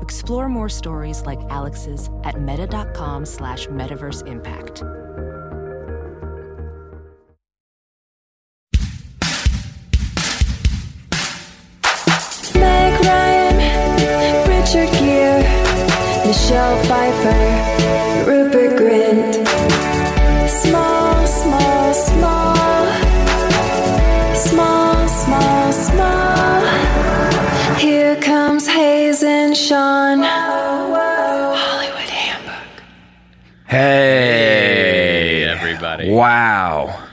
Explore more stories like Alex's at meta.com slash metaverse impact. Meg Ryan, Richard Gere, Michelle Pfeiffer, Rupert Grint. Small, small, small, small, small, small. Here comes Hayes and Sean. Hollywood Handbook. Hey, everybody. Wow.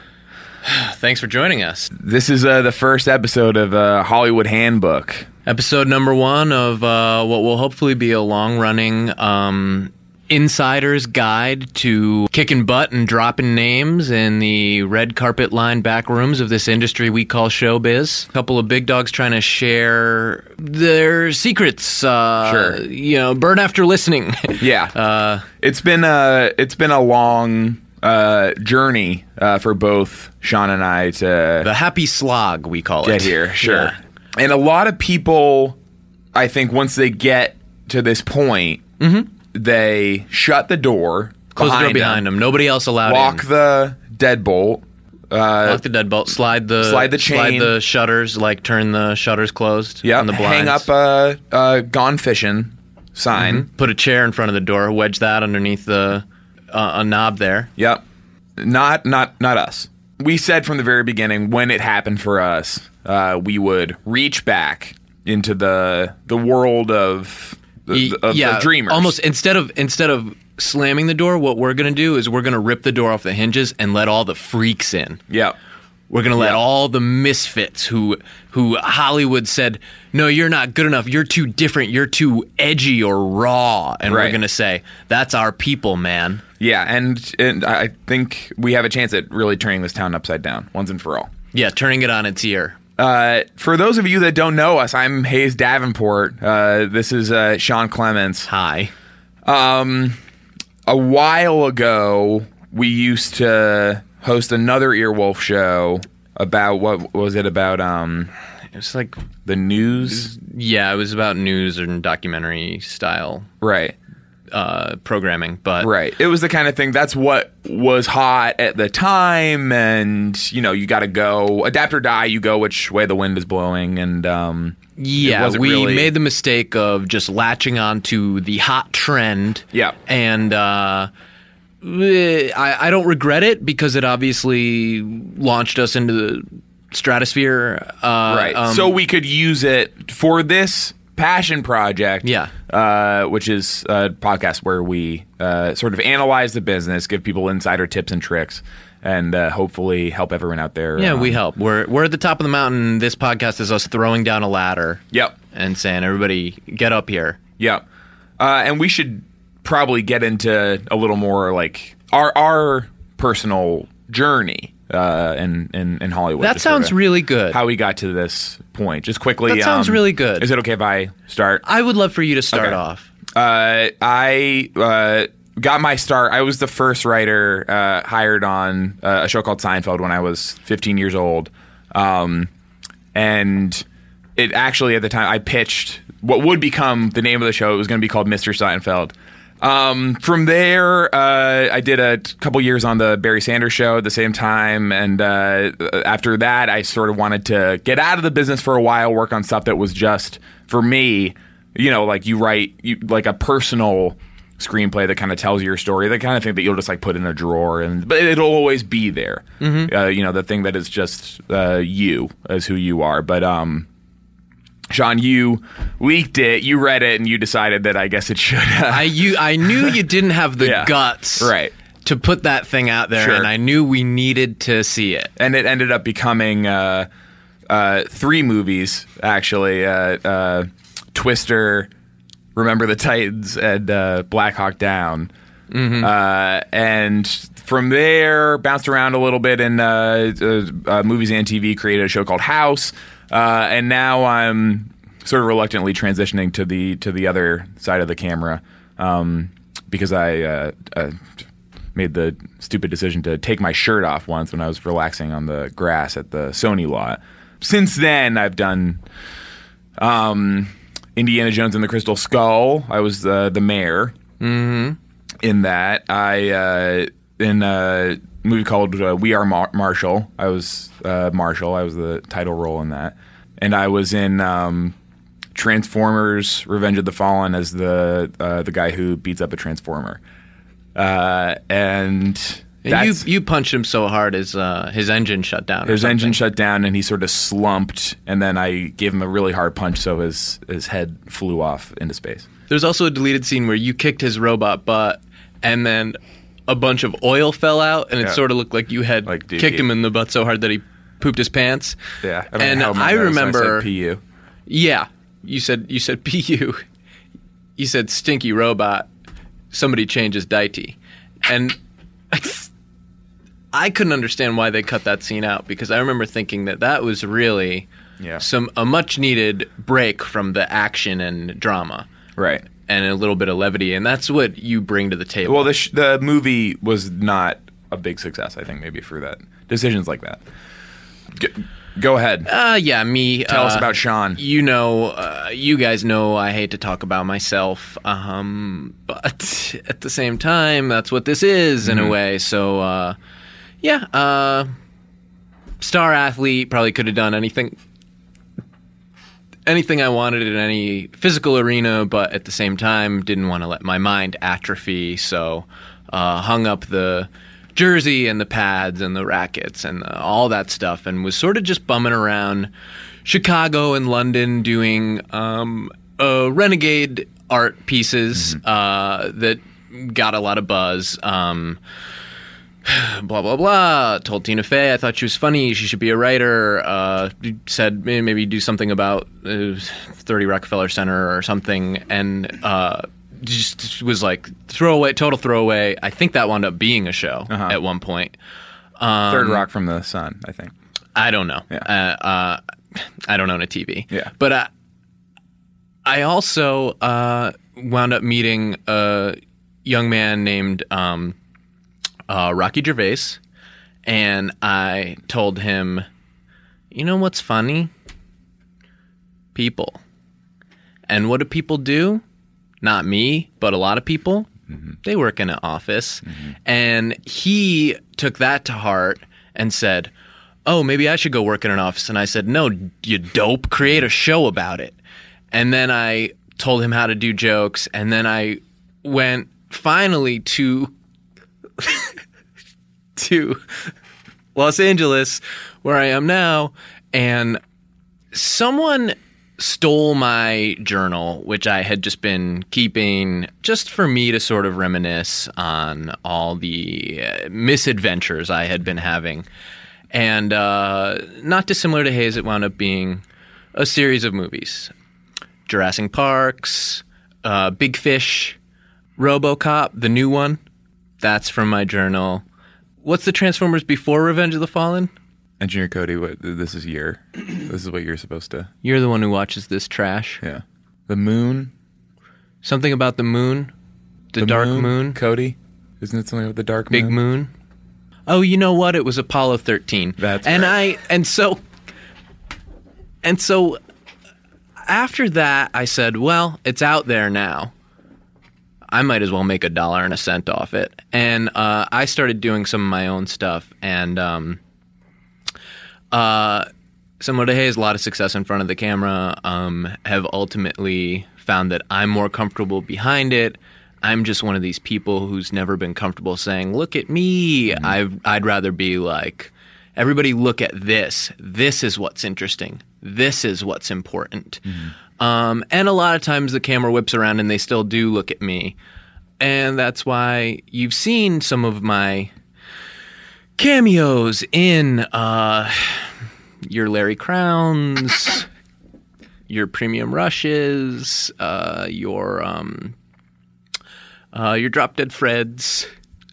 Thanks for joining us. This is uh, the first episode of uh, Hollywood Handbook. Episode number one of uh, what will hopefully be a long running um, insider's guide to kicking butt and dropping names in the red carpet lined back rooms of this industry we call showbiz. A couple of big dogs trying to share their secrets. Uh, Sure. You know, burn after listening. Yeah. Uh, it's been a it's been a long uh, journey uh, for both Sean and I to the happy slog, we call it. get here. Sure. Yeah. And a lot of people, I think, once they get to this point, they shut the door, Mm-hmm. Close the behind door behind them. Nobody else allowed in. lock the deadbolt. Lock the deadbolt. Slide the Slide the chain. the shutters. Like turn the shutters closed. Yeah, on the hang blinds. Mm-hmm. up uh, a, a gone fishing sign. Put a chair in front of the door. Wedge that underneath the uh, a knob there. Yep. Not not not us. We said from the very beginning when it happened for us, uh, we would reach back into the the world of the, Y- of, of dreamers. Almost instead of instead of slamming the door, what we're gonna do is we're gonna rip the door off the hinges and let all the freaks in. Yep. We're gonna let Yeah. all the misfits who who Hollywood said, no, you're not good enough. You're too different. You're too edgy or raw. And we're Right. gonna say, that's our people, man. Yeah, and and I think we have a chance at really turning this town upside down once and for all. Yeah, turning it on its ear. Uh, for those of you that don't know us, I'm Hayes Davenport. Uh, this is uh, Sean Clements. Hi. A while ago, we used to host another Earwolf show about what was it about? Um, It's like the news yeah, it was about news and documentary style right uh, programming, but right it was the kind of thing that's what was hot at the time and you know you got to go adapt or die you go which way the wind is blowing and um yeah, wasn't we really- made the mistake of just latching on to the hot trend. Yeah. and uh, eh, I, I don't regret it because it obviously launched us into the stratosphere. Uh, right um, so we could use it for this passion project Yeah. uh, which is a podcast where we uh, sort of analyze the business give people insider tips and tricks and uh, hopefully help everyone out there yeah, we um, help. We're we're at the top of the mountain. This podcast is us throwing down a ladder. yep and saying, "Everybody, get up here." Yeah. Uh, and we should probably get into a little more like our our personal journey uh, in, in in Hollywood. That Just sounds sorta really good. How we got to this point, just quickly. That sounds um, really good. Is it okay if I start? I would love for you to start Okay. off. Uh, I uh, got my start. I was the first writer uh, hired on uh, a show called Seinfeld when I was 15 years old, um, and it actually at the time I pitched what would become the name of the show. It was going to be called Mr. Seinfeld. Um, from there, uh, I did a t- couple years on the Barry Sanders show at the same time, and uh, after that, I sort of wanted to get out of the business for a while, work on stuff that was just for me. You know, like you write you, like a personal screenplay that kind of tells your story, the kind of thing that you'll just like put in a drawer, and but it'll always be there. Uh, you know, the thing that is just uh, you as who you are. But um, Sean, you leaked it, you read it, and you decided that I guess it should. I you I knew you didn't have the Yeah. guts Right. to put that thing out there Sure. and I knew we needed to see it. and it ended up becoming uh, uh, three movies actually uh, uh, twister Remember the Titans and uh, Black Hawk Down. Uh, and from there, bounced around a little bit in uh, uh, uh, movies and TV, created a show called House. Uh, and now I'm sort of reluctantly transitioning to the to the other side of the camera um, because I uh, uh, made the stupid decision to take my shirt off once when I was relaxing on the grass at the Sony lot. Since then, I've done um, Indiana Jones and the Crystal Skull. I was uh, the mayor Mm-hmm. in that. I uh, in a movie called uh, We Are Mar- Marshall. I was uh, Marshall. I was the title role in that, and I was in um, Transformers: Revenge of the Fallen as the uh, the guy who beats up a transformer. Uh, and And you that's- you punched him so hard his uh, his engine shut down. or his engine something. shut down and he sort of slumped and then I gave him a really hard punch so his his head flew off into space. There's also a deleted scene where you kicked his robot butt, and then a bunch of oil fell out, and it Yeah. sort of looked like you had Like, dude, kicked you- him in the butt so hard that he pooped his pants. Yeah. I don't know and how I that is. remember. I said PU. Yeah, you said you said pu, you said stinky robot. Somebody changes deity, and I couldn't understand why they cut that scene out because I remember thinking that that was really Yeah. some a much needed break from the action and drama Right. and a little bit of levity, and that's what you bring to the table. Well, the sh- the movie was not a big success. I think maybe for that decisions like that. G- go ahead. uh, yeah, me. Tell us about Sean. You know, uh, you guys know I hate to talk about myself, um, but at the same time, that's what this is in a way. So, uh, yeah, uh, star athlete probably could have done anything, anything I wanted in any physical arena, but at the same time, didn't want to let my mind atrophy. So, uh, hung up the jersey and the pads and the rackets and the, all that stuff, and was sort of just bumming around Chicago and London doing um, uh, renegade art pieces uh, that got a lot of buzz. Um, blah blah blah. Told Tina Fey I thought she was funny. She should be a writer. Uh, said eh, maybe do something about uh, Thirty Rockefeller Center or something, and uh, just was like throwaway, total throwaway. I think that wound up being a show at one point. um, Third Rock from the Sun, I think. I don't know. Yeah. Uh, uh, I don't own a TV. Yeah. But I, I also uh, wound up meeting a young man named um, uh, Rocky Gervais, and I told him, "You know what's funny? People. And what do people do? Not me, but a lot of people." They work in an office. And he took that to heart and said, Oh, maybe I should go work in an office. And I said, No, you dope. Create a show about it. And then I told him how to do jokes. And then I went finally to. to Los Angeles, where I am now, and someone stole my journal, which I had just been keeping just for me to sort of reminisce on all the uh, misadventures I had been having. And uh, not dissimilar to Hayes, it wound up being a series of movies Jurassic Parks, uh, Big Fish, Robocop, the new one. That's from my journal. What's the Transformers before Revenge of the Fallen? Engineer Cody, what this is your this is what you're supposed to. You're the one who watches this trash. Yeah. The moon. Something about the moon, the, dark moon, Cody. Isn't it something with the dark big moon? moon. Oh, you know what? It was Apollo 13. That's and right. I and so and so after that I said, well, it's out there now. I might as well make a dollar and a cent off it. And uh, I started doing some of my own stuff and um similar to Hayes, a lot of success in front of the camera, um, have ultimately found that I'm more comfortable behind it. I'm just one of these people who's never been comfortable saying, "Look at me." I've, I'd rather be like, "Everybody, look at this. This is what's interesting. This is what's important." Um, and a lot of times the camera whips around and they still do look at me, and that's why you've seen some of my cameos in uh, your Larry Crowns, your premium rushes, uh, your um, uh, your drop dead Freds.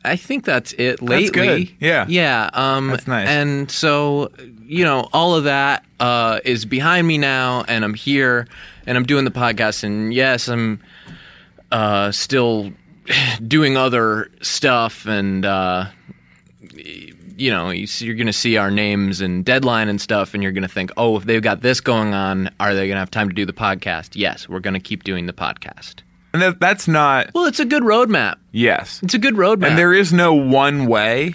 I think that's it. Lately, good. Yeah. yeah. Um, That's nice. And so, you know, all of that uh, is behind me now, and I'm here, and I'm doing the podcast, and yes, I'm uh, still doing other stuff, and uh, you know, you see, you're going to see our names and deadline and stuff, and you're going to think, oh, if they've got this going on, are they going to have time to do the podcast? Yes, we're going to keep doing the podcast. And that, that's not Well, it's a good roadmap. yes. It's a good roadmap. And there is no one way.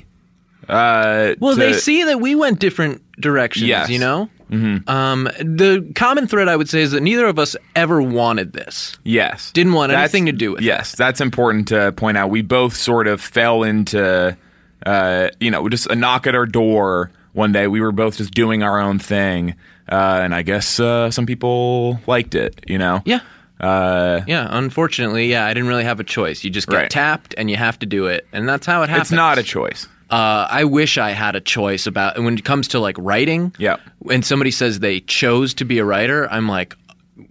Uh, well, they to- see that we went different directions, Yes. you know? Mm-hmm. Um, the common thread I would say is that neither of us ever wanted this. Yes. Didn't want anything to do with it. Yes, that's important to point out. We both sort of fell into, uh, you know, just a knock at our door one day. We were both just doing our own thing, uh, and I guess uh, some people liked it. You know. Yeah. Uh, Yeah, unfortunately, yeah, I didn't really have a choice. You just get Right. tapped and you have to do it. And that's how it happens. it's not a choice. uh, I wish I had a choice about when it comes to like writing. Yeah. When somebody says they chose to be a writer, I'm like,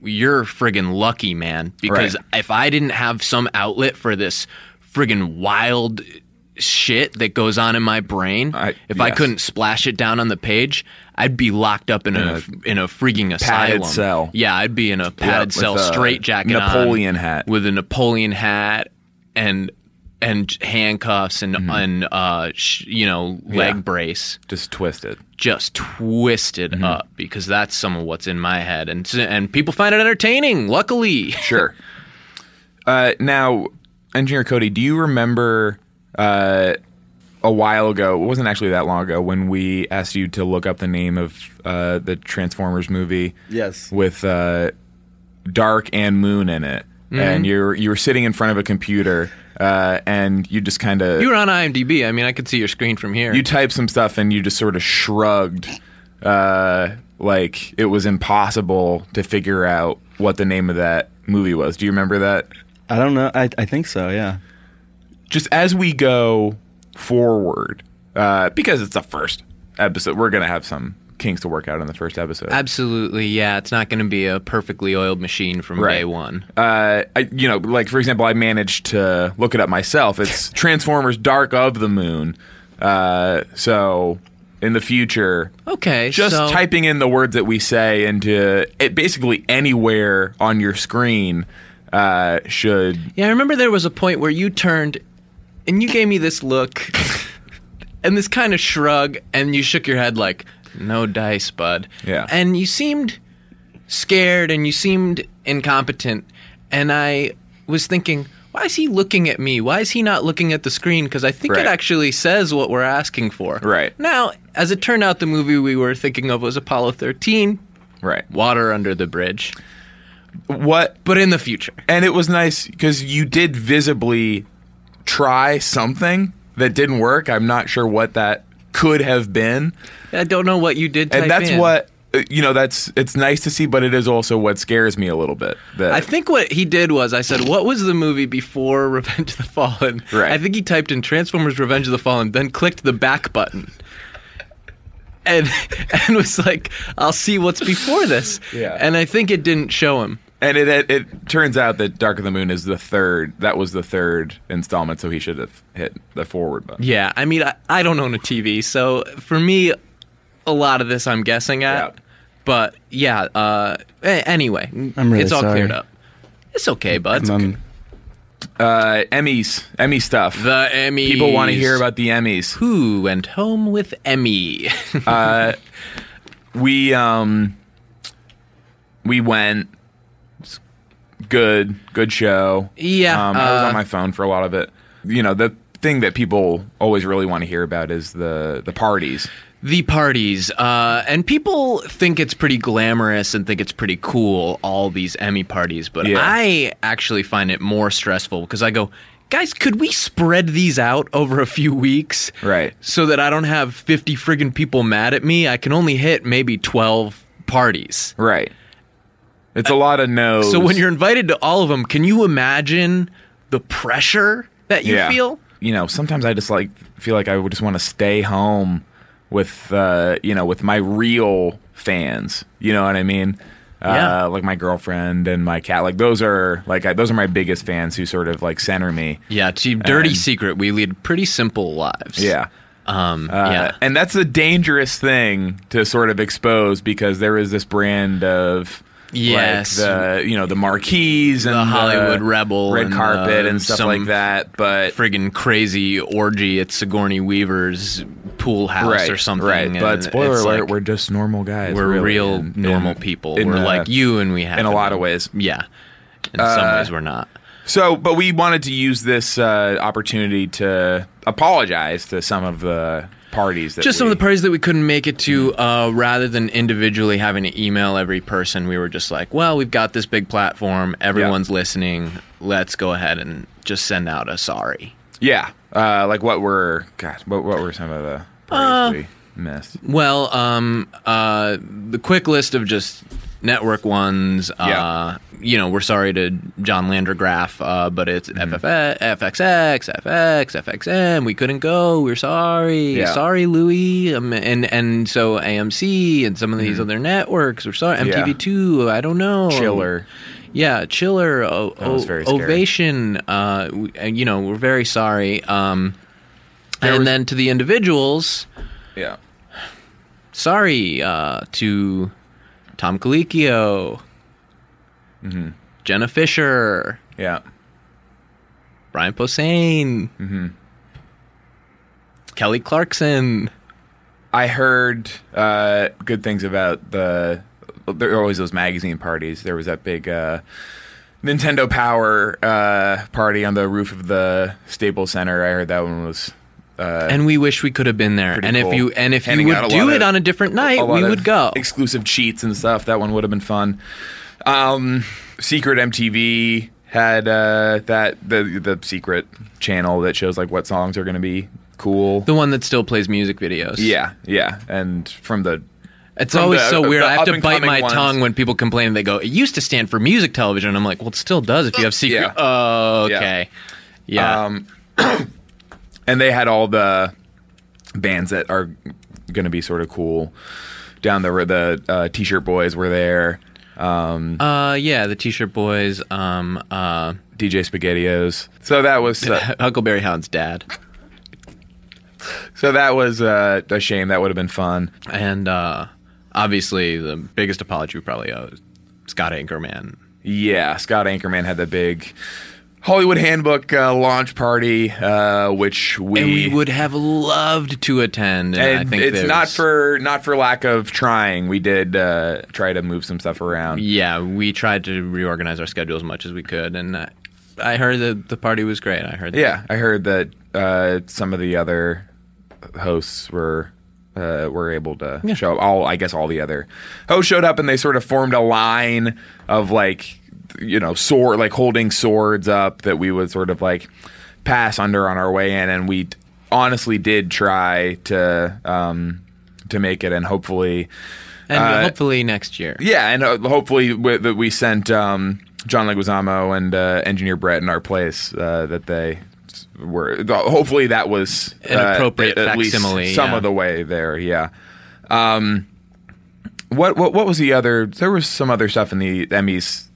you're friggin' lucky, man. Because Right. if I didn't have some outlet for this friggin' wild shit that goes on in my brain, I- if I yes. couldn't splash it down on the page, I'd be locked up in, a, in a frigging padded asylum. cell. Yeah, I'd be in a padded with cell, a straight jacket, Napoleon hat. with a Napoleon hat and and handcuffs and and uh sh- you know leg Mm-hmm. Yeah. brace Just twisted. just twisted Mm-hmm. up because that's some of what's in my head and s- and people find it entertaining luckily Sure. Uh, now, Engineer Cody, do you remember uh, a while ago? It wasn't actually that long ago when we asked you to look up the name of uh, the Transformers movie. Yes. With uh, Dark and Moon in it, Mm-hmm. and you were- you were sitting in front of a computer, uh, and you just kind of you were on IMDb I mean I could see your screen from here you typed some stuff, and you just sort of shrugged, uh, like it was impossible to figure out what the name of that movie was. Do you remember that? I don't know. I, I think so. Yeah. just as we go forward, uh, because it's the first episode, we're gonna have some kinks to work out in the first episode. absolutely yeah it's not going to be a perfectly oiled machine from Right. day one uh, I, you know, like for example, I managed to look it up myself. It's Transformers: Dark of the Moon. Uh, so in the future, okay just so, typing in the words that we say into it, basically anywhere on your screen uh, should Yeah, I remember there was a point where you turned and you gave me this look and this kind of shrug and you shook your head like, no dice, bud. Yeah. And you seemed scared and you seemed incompetent. And I was thinking, why is he looking at me? Why is he not looking at the screen? Because I think Right. it actually says what we're asking for. Right. Now, as it turned out, the movie we were thinking of was Apollo 13, right Water Under the Bridge, what but in the future. and it was nice because you did visibly try something that didn't work. I'm not sure what that could have been, I don't know what you did. and type that's in. what uh, you know. That's it's nice to see, but it is also what scares me a little bit. That I think what he did was I said, "What was the movie before Revenge of the Fallen?" Right. I think he typed in Transformers: Revenge of the Fallen, then clicked the back button, and and was like, "I'll see what's before this." Yeah. And I think it didn't show him. and it, it it turns out that Dark of the Moon is the third. That was the third installment, so he should have hit the forward button. Yeah. I mean, I, I don't own a TV, so for me, a lot of this I'm guessing at. Yeah. But yeah. Uh. a- Anyway, I'm really it's all sorry. cleared up. It's okay, bud. Um, Uh, Emmys, Emmy stuff. The Emmy. People want to hear about the Emmys. who went home with Emmy. we um we went It's good good show Yeah, um, i was uh, on my phone for a lot of it you know the thing that people always really want to hear about is the the parties the parties uh, and people think it's pretty glamorous and think it's pretty cool all these emmy parties but Yeah. i actually find it more stressful because i go guys could we spread these out over a few weeks Right. so that i don't have 50 friggin' people mad at me i can only hit maybe 12 parties right it's a lot of no so when you're invited to all of them can you imagine the pressure that you feel you know sometimes i just like feel like i would just want to stay home with uh you know with my real fans you know what i mean uh Yeah. uh, like my girlfriend and my cat. Like those are like I, those are my biggest fans who sort of like center me. Yeah, to dirty And- secret, we lead pretty simple lives. Yeah. Um, Uh, yeah. And that's a dangerous thing to sort of expose because there is this brand of Yes. like the you know the marquees and The Hollywood Rebel red and, carpet uh, and stuff some like that. But friggin' crazy orgy at Sigourney Weaver's pool house right, or something. Right. and But spoiler it's alert: like, we're just normal guys. we're really, real in- normal in- people. in, we're uh, like you, and we have in a to lot of be- ways. Uh, Yeah, in some ways we're not. So, but we wanted to use this uh, opportunity to apologize to some of the parties that Just some we- Mm-hmm. of the parties that we couldn't make it to, uh, rather than individually having to email every person, we were just like, well, we've got this big platform, everyone's listening. Let's go ahead and just send out a sorry. Yeah. Uh, like what were God? What what were some of the Uh, parties we missed? Well, um, uh, the quick list of just network ones. Uh, You know, we're sorry to John Landergraf, uh, but it's Mm-hmm. FFX, FXX, FX, FXM. We couldn't go. We're sorry. Yeah. Sorry, Louis. Um, and and so AMC and some of these other networks. We're sorry. Mm-hmm. Yeah. MTV2. I don't know. Chiller. Yeah, Chiller. O- That was O- very scary. Ovation. Uh, we- uh, you know, we're very sorry. Um, There and was- then to the individuals Yeah. sorry uh, to Tom Colicchio, Mm-hmm. Jenna Fisher, Yeah. Brian Posehn, Mm-hmm. Kelly Clarkson. Uh, I heard uh, good things about the. There are always those magazine parties. There was that big uh, Nintendo Power uh, party on the roof of the Staples Center. I heard that one was and we wish we could have been there. pretty And if cool. you and if Handing you out would a do lot it of- on a different night, a lot we of would go. Exclusive cheats and stuff. That one would have been fun. Um, secret MTV had uh, that the the secret channel that shows like what songs are going to be cool. the one that still plays music videos. yeah, yeah, and from the It's From always the- so weird. the I have to bite up-and-coming my ones. tongue when people complain. They go, "It used to stand for music television." I'm like, "Well, it still does if you have secret." Yeah. Oh, Yeah. okay. Yeah. Um, and they had all the bands that are going to be sort of cool down the road. The uh, T-shirt boys were there. uh, yeah. The T-shirt boys. Um. Uh. DJ Spaghettios. So that was uh, so, Huckleberry Hound's dad. so that was uh, a shame. That would have been fun. And uh, obviously, the biggest apology we probably owe is Scott Anchorman. Yeah, Scott Anchorman had the big Hollywood Handbook uh, launch party, uh, which we And we would have loved to attend. And, and I think it's there's- not for not for lack of trying. We did uh, try to move some stuff around. Yeah, we tried to reorganize our schedule as much as we could. And I, I heard that the party was great. I heard that. Yeah, I heard that uh, some of the other hosts were uh, were able to show up. All I guess all the other hosts showed up, and they sort of formed a line of like you know sword like holding swords up that we would sort of like pass under on our way in, and we d- honestly did try to um, to make it, and hopefully. And Uh, hopefully next year. Yeah, and uh, hopefully we, that we sent um, John Leguizamo and uh, engineer Brett in our place uh, that they s- were. th- Hopefully that was An uh, appropriate at facsimile, least some yeah. of the way there. Yeah. Um, what what what was the other? There was some other stuff in the Emmys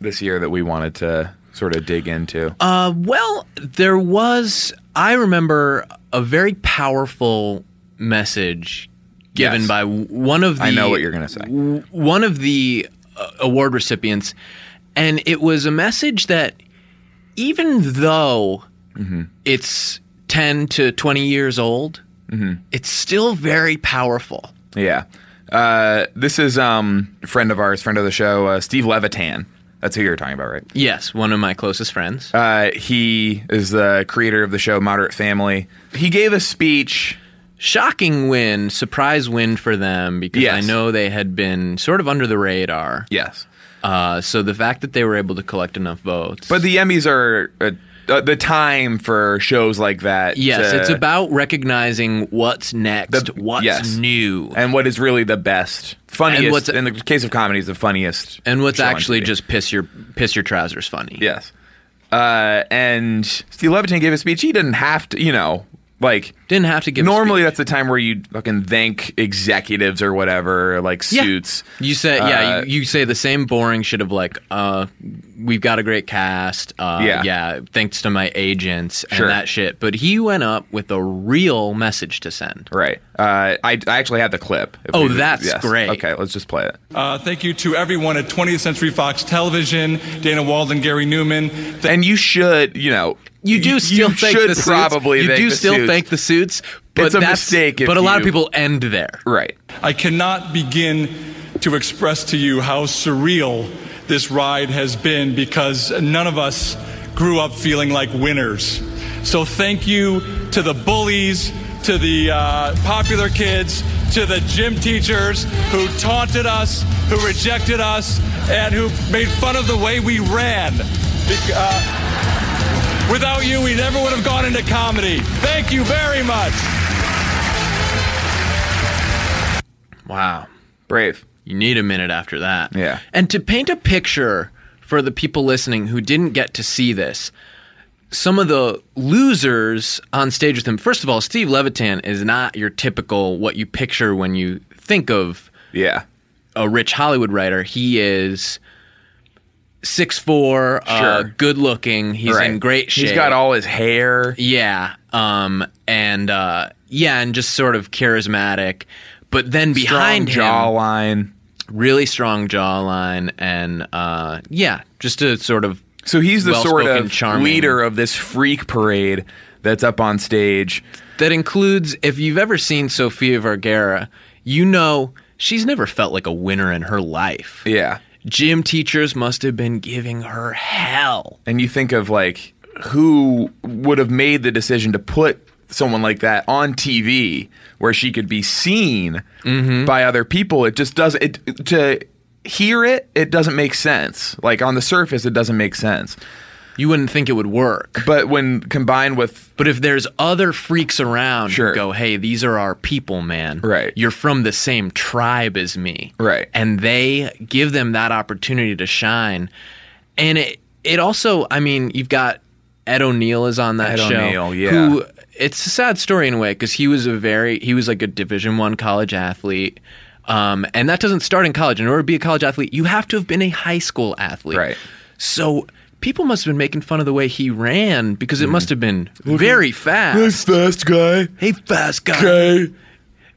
this year that we wanted to sort of dig into. Uh, well, there was, I remember a very powerful message given Yes. by w- one of the. I know what you're gonna say. w- One of the uh, award recipients. And it was a message that, even though Mm-hmm. it's 10 to 20 years old, it's still very powerful. Yeah. Uh, this is um a friend of ours, friend of the show, uh, Steve Levitan. That's who you were talking about, right? Yes, one of my closest friends. Uh, he is the creator of the show Moderate Family. He gave a speech. Shocking win, surprise win for them because I Yes. know they had been sort of under the radar. Yes. Uh, so the fact that they were able to collect enough votes, But the Emmys are uh, uh, the time for shows like that. yes, to- it's about recognizing what's next, The- what's yes. new, and, and what is really the best, funniest. And what's- in the case of comedy, is the funniest. what's show on actually TV. just piss your piss your trousers funny. yes. Uh, and Steve Levitan gave a speech. He didn't have to, you know. like Didn't have to give. a normally speech. that's the time where you fucking thank executives or whatever, like Yeah. suits. You say yeah. Uh, you, you say the same boring shit of like, uh, we've got a great cast. Uh, Yeah. Thanks to my agents and Sure. that shit. But he went up with a real message to send. Right. Uh, I, I actually had the clip. if Oh, we- that's great. Okay, let's just play it. Uh, thank you to everyone at 20th Century Fox Television, Dana Walden, Gary Newman. Th- and you should, you know, You do still you thank should the suits. probably you thank do the still suits. thank the suits. But It's a that's- mistake if But a lot of you- people end there. right. I cannot begin to express to you how surreal this ride has been because none of us grew up feeling like winners. So thank you to the bullies, to the uh, popular kids, to the gym teachers who taunted us, who rejected us, and who made fun of the way we ran. Bec- uh, Without you, we never would have gone into comedy. Thank you very much. Wow. Brave. You need a minute after that. Yeah. And to paint a picture for the people listening who didn't get to see this, some of the losers on stage with him. First of all, Steve Levitan is not your typical what you picture when you think of Yeah. a rich Hollywood writer. He is six four, uh, Sure. good looking. He's right. in great shape. He's got all his hair. Yeah. Um and uh yeah, and just sort of charismatic. But then behind strong him jawline. really strong jawline and uh yeah, just a sort of So he's the sort well-spoken, of charming- leader of this freak parade that's up on stage. that includes if you've ever seen Sofia Vergara, you know she's never felt like a winner in her life. Yeah. Gym teachers must have been giving her hell. And you think of like who would have made the decision to put someone like that on TV where she could be seen Mm-hmm. by other people. It just doesn't it to hear it, it doesn't make sense. Like on the surface it doesn't make sense. You wouldn't think it would work. But when combined with But if there's other freaks around Sure. who go, hey, these are our people, man. Right. You're from the same tribe as me. Right. And they give them that opportunity to shine. And it it also, I mean, you've got Ed O'Neill is on that Ed show. O'Neill, yeah. Who it's a sad story in a way because he was a very he was like a Division One college athlete. Um, and that doesn't start in college. In order to be a college athlete, you have to have been a high school athlete. Right. So people must have been making fun of the way he ran because it must have been very fast. fast guy. Hey, fast guy.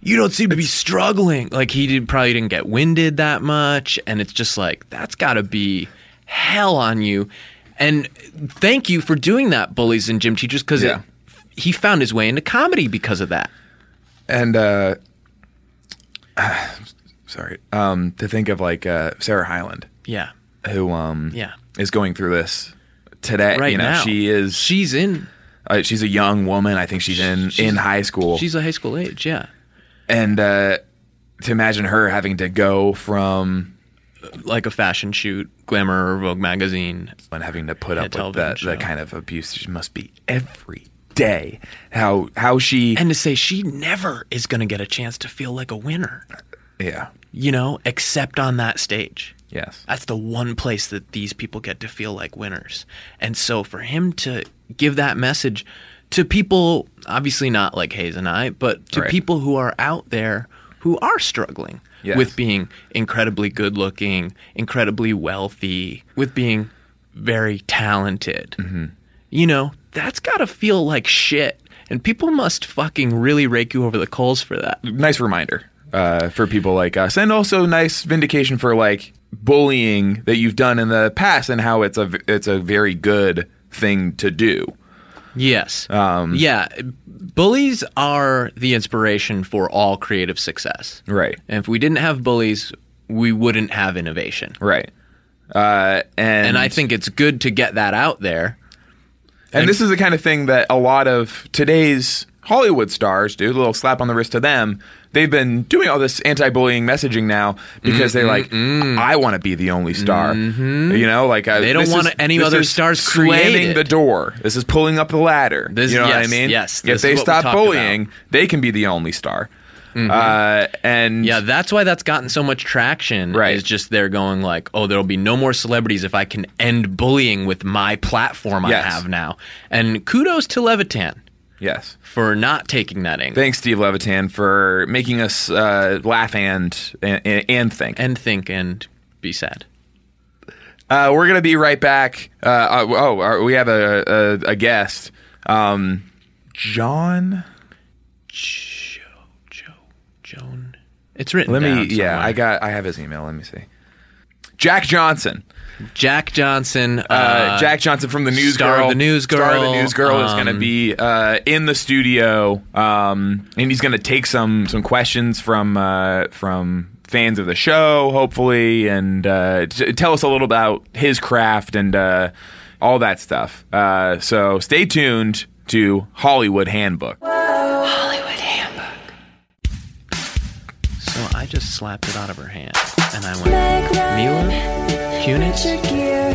You don't seem to be struggling. Like he did, probably didn't get winded that much, and it's just like that's got to be hell on you. And thank you for doing that, bullies and gym teachers, because Yeah. he found his way into comedy because of that. and uh sorry um to think of like uh sarah hyland Yeah, who um Yeah. is going through this today right you know now she is She's in. uh, she's a young woman i think she's in in high school She's a high school age. Yeah, and uh to imagine her having to go from like a fashion shoot, Glamour, Vogue magazine. and having to put Yeah, up with television that, that show. kind of abuse she must be every day how how she and to say she never is going to get a chance to feel like a winner, yeah you know, except on that stage. yes That's the one place that these people get to feel like winners. And so for him to give that message to people, obviously not like Hayes and I, but to Right. people who are out there who are struggling Yes. with being incredibly good looking, incredibly wealthy, with being very talented. Mm-hmm. You know, that's got to feel like shit. And people must fucking really rake you over the coals for that. nice reminder uh, for people like us, and also nice vindication for like bullying that you've done in the past and how it's a v- it's a very good thing to do. Yes. Um, yeah. Bullies are the inspiration for all creative success. Right. And if we didn't have bullies, we wouldn't have innovation. Right. Uh, and And I think it's good to get that out there. and this is the kind of thing that a lot of today's Hollywood stars do. A little slap on the wrist to them. They've been doing all this anti-bullying messaging now because they're like, I want to be the only star. You know, like I, Mm-hmm. They don't this want is- any this other is stars slamming created. the door. This is pulling up the ladder. This- you know what I yes, mean? yes, this If is they what we stop talked Mm-hmm. bullying, they can be the only star. Uh, and Yeah, that's why that's gotten so much traction. Right. Is just they're going like, oh, there'll be no more celebrities if I can end bullying with my platform Yes. I have now. And kudos to Levitan. Yes. for not taking that angle Thanks, Steve Levitan, for making us uh, laugh and and, and think. and think and be sad. Uh, we're gonna be right back. Uh, uh, oh, uh, we have a a, a guest, um, John. Joe, Joe, Joan. It's written. Let me. down Yeah, somewhere. I got. I have his email. Let me see. Jack Johnson. Jack Johnson. Uh, Uh, Jack Johnson from the News Star of Girl. the News Star of Girl, the News Girl is going to um, be uh, in the studio, um, and he's going to take some some questions from uh, from fans of the show, hopefully, and uh, t- tell us a little about his craft and uh, all that stuff. Uh, so stay tuned to Hollywood Handbook. Hollywood Handbook. So I just slapped it out of her hand, and I Make went, room, Mila, Richard Cunis, Gere.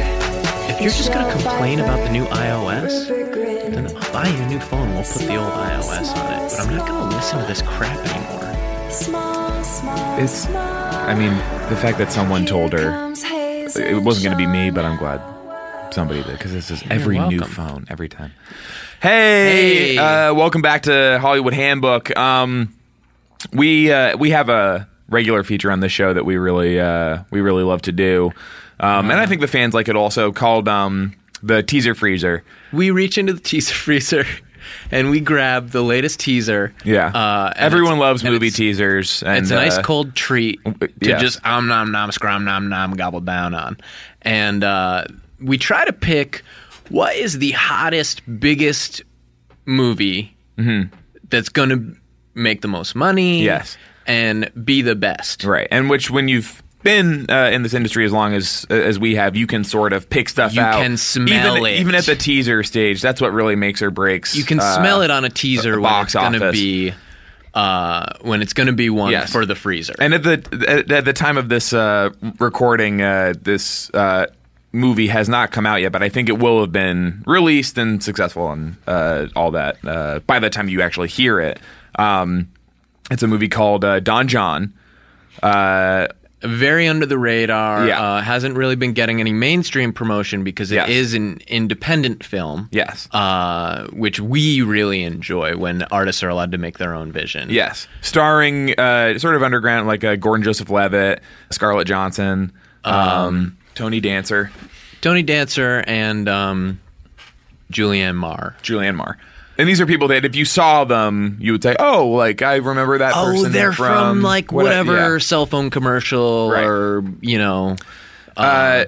if you're just gonna complain about the new iOS, Rupert Grint. then I'll buy you a new phone. We'll put the old iOS on it, but I'm not gonna listen to this crap anymore. Small, small, It's, small. I mean, the fact that someone told her it wasn't going to be me, but I'm glad somebody did because this is every new welcome. phone every time. Hey, Hey. Uh, welcome back to Hollywood Handbook. Um, we uh, we have a regular feature on this show that we really uh, we really love to do, um, Uh-huh. and I think the fans like it also called um, the teaser freezer. We reach into the teaser freezer, and we grab the latest teaser. Yeah, uh, and everyone it's- loves and movie it's- teasers. And, it's a nice uh, cold treat to yeah. just om nom nom scrom nom nom gobble down on. And uh, we try to pick what is the hottest, biggest movie that's going to make the most money. Mm-hmm. Yes. And be the best. right? And which when you've been uh, in this industry as long as uh, as we have, you can sort of pick stuff You out. can smell even, it. even at the teaser stage. That's what really makes or breaks. You can uh, smell it on a teaser the when box it's going to office. be. Uh, when it's going to be one Yes. for the freezer. And at the at, at the time of this uh, recording, uh, this uh, movie has not come out yet, but I think it will have been released and successful and uh, all that uh, by the time you actually hear it. Um, it's a movie called uh, Don John. Uh, very under the radar. Yeah. Uh, hasn't really been getting any mainstream promotion because it is Yes. an independent film. yes. Uh, which we really enjoy when artists are allowed to make their own vision. Yes, starring uh, sort of underground like uh, Gordon Joseph Levitt, Scarlett Johnson, um, Tony Dancer, Tony Dancer and um, Julianne Marr. Julianne Moore. And these are people that if you saw them, you would say, "Oh, like I remember that Oh, person." they're from, like what- whatever yeah. cell phone commercial Right. or you know Uh,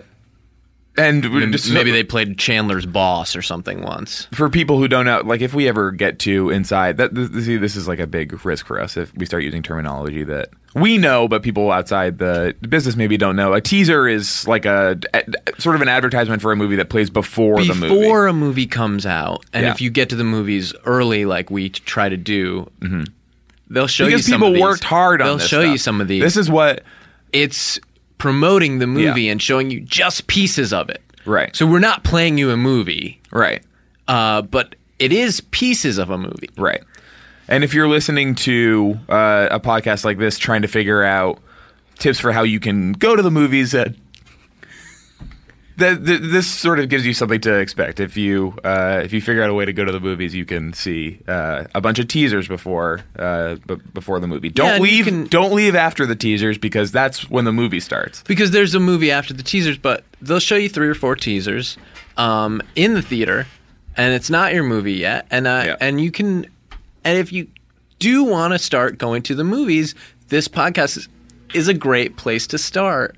and we- just maybe they played Chandler's boss or something once. for people who don't know, like if we ever get to inside that, th- see, this is like a big risk for us if we start using terminology that we know, but people outside the business maybe don't know. A teaser is like a, a- sort of an advertisement for a movie that plays before, the movie. before a movie comes out, and Yeah. if you get to the movies early, like we t- try to do, they'll show Mm-hmm. because you some people of these. worked hard on They'll this show you stuff. some of these. This is what it's promoting the movie Yeah. and showing you just pieces of it. Right. So we're not playing you a movie, right, uh, but it is pieces of a movie. right. And if you're listening to uh, a podcast like this, trying to figure out tips for how you can go to the movies, uh, th- th- this sort of gives you something to expect. If you uh, if you figure out a way to go to the movies, you can see uh, a bunch of teasers before uh, b- before the movie. Don't Yeah, and you leave. can- Don't leave after the teasers because that's when the movie starts. because there's a movie after the teasers, but they'll show you three or four teasers um, in the theater, and it's not your movie yet, and uh, Yeah. and you can, and if you do want to start going to the movies, this podcast is, is a great place to start,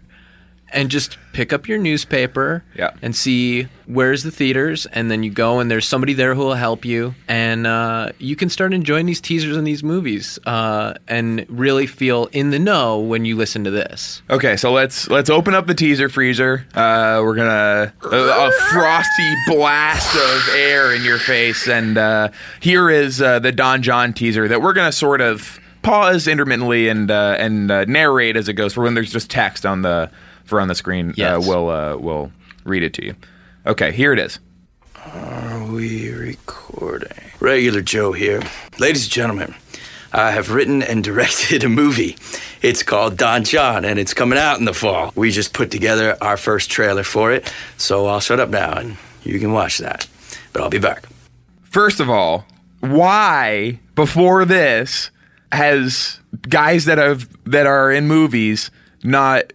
and just pick up your newspaper, Yeah. and see where's the theaters, and then you go, and there's somebody there who will help you, and uh, you can start enjoying these teasers and these movies, uh, and really feel in the know when you listen to this. Okay, so let's let's open up the teaser freezer. Uh, we're gonna a, a frosty blast of air in your face, and uh, here is uh, the Don John teaser that we're gonna sort of pause intermittently and uh, and uh, narrate as it goes. For when there's just text on the for on the screen, uh, Yes. we'll uh, we'll read it to you. Okay, here it is. We recording. Regular Joe here. Ladies and gentlemen, I have written and directed a movie. It's called Don John, and it's coming out in the fall. We just put together our first trailer for it, so I'll shut up now and you can watch that. But I'll be back. First of all, why before this has guys that have that are in movies not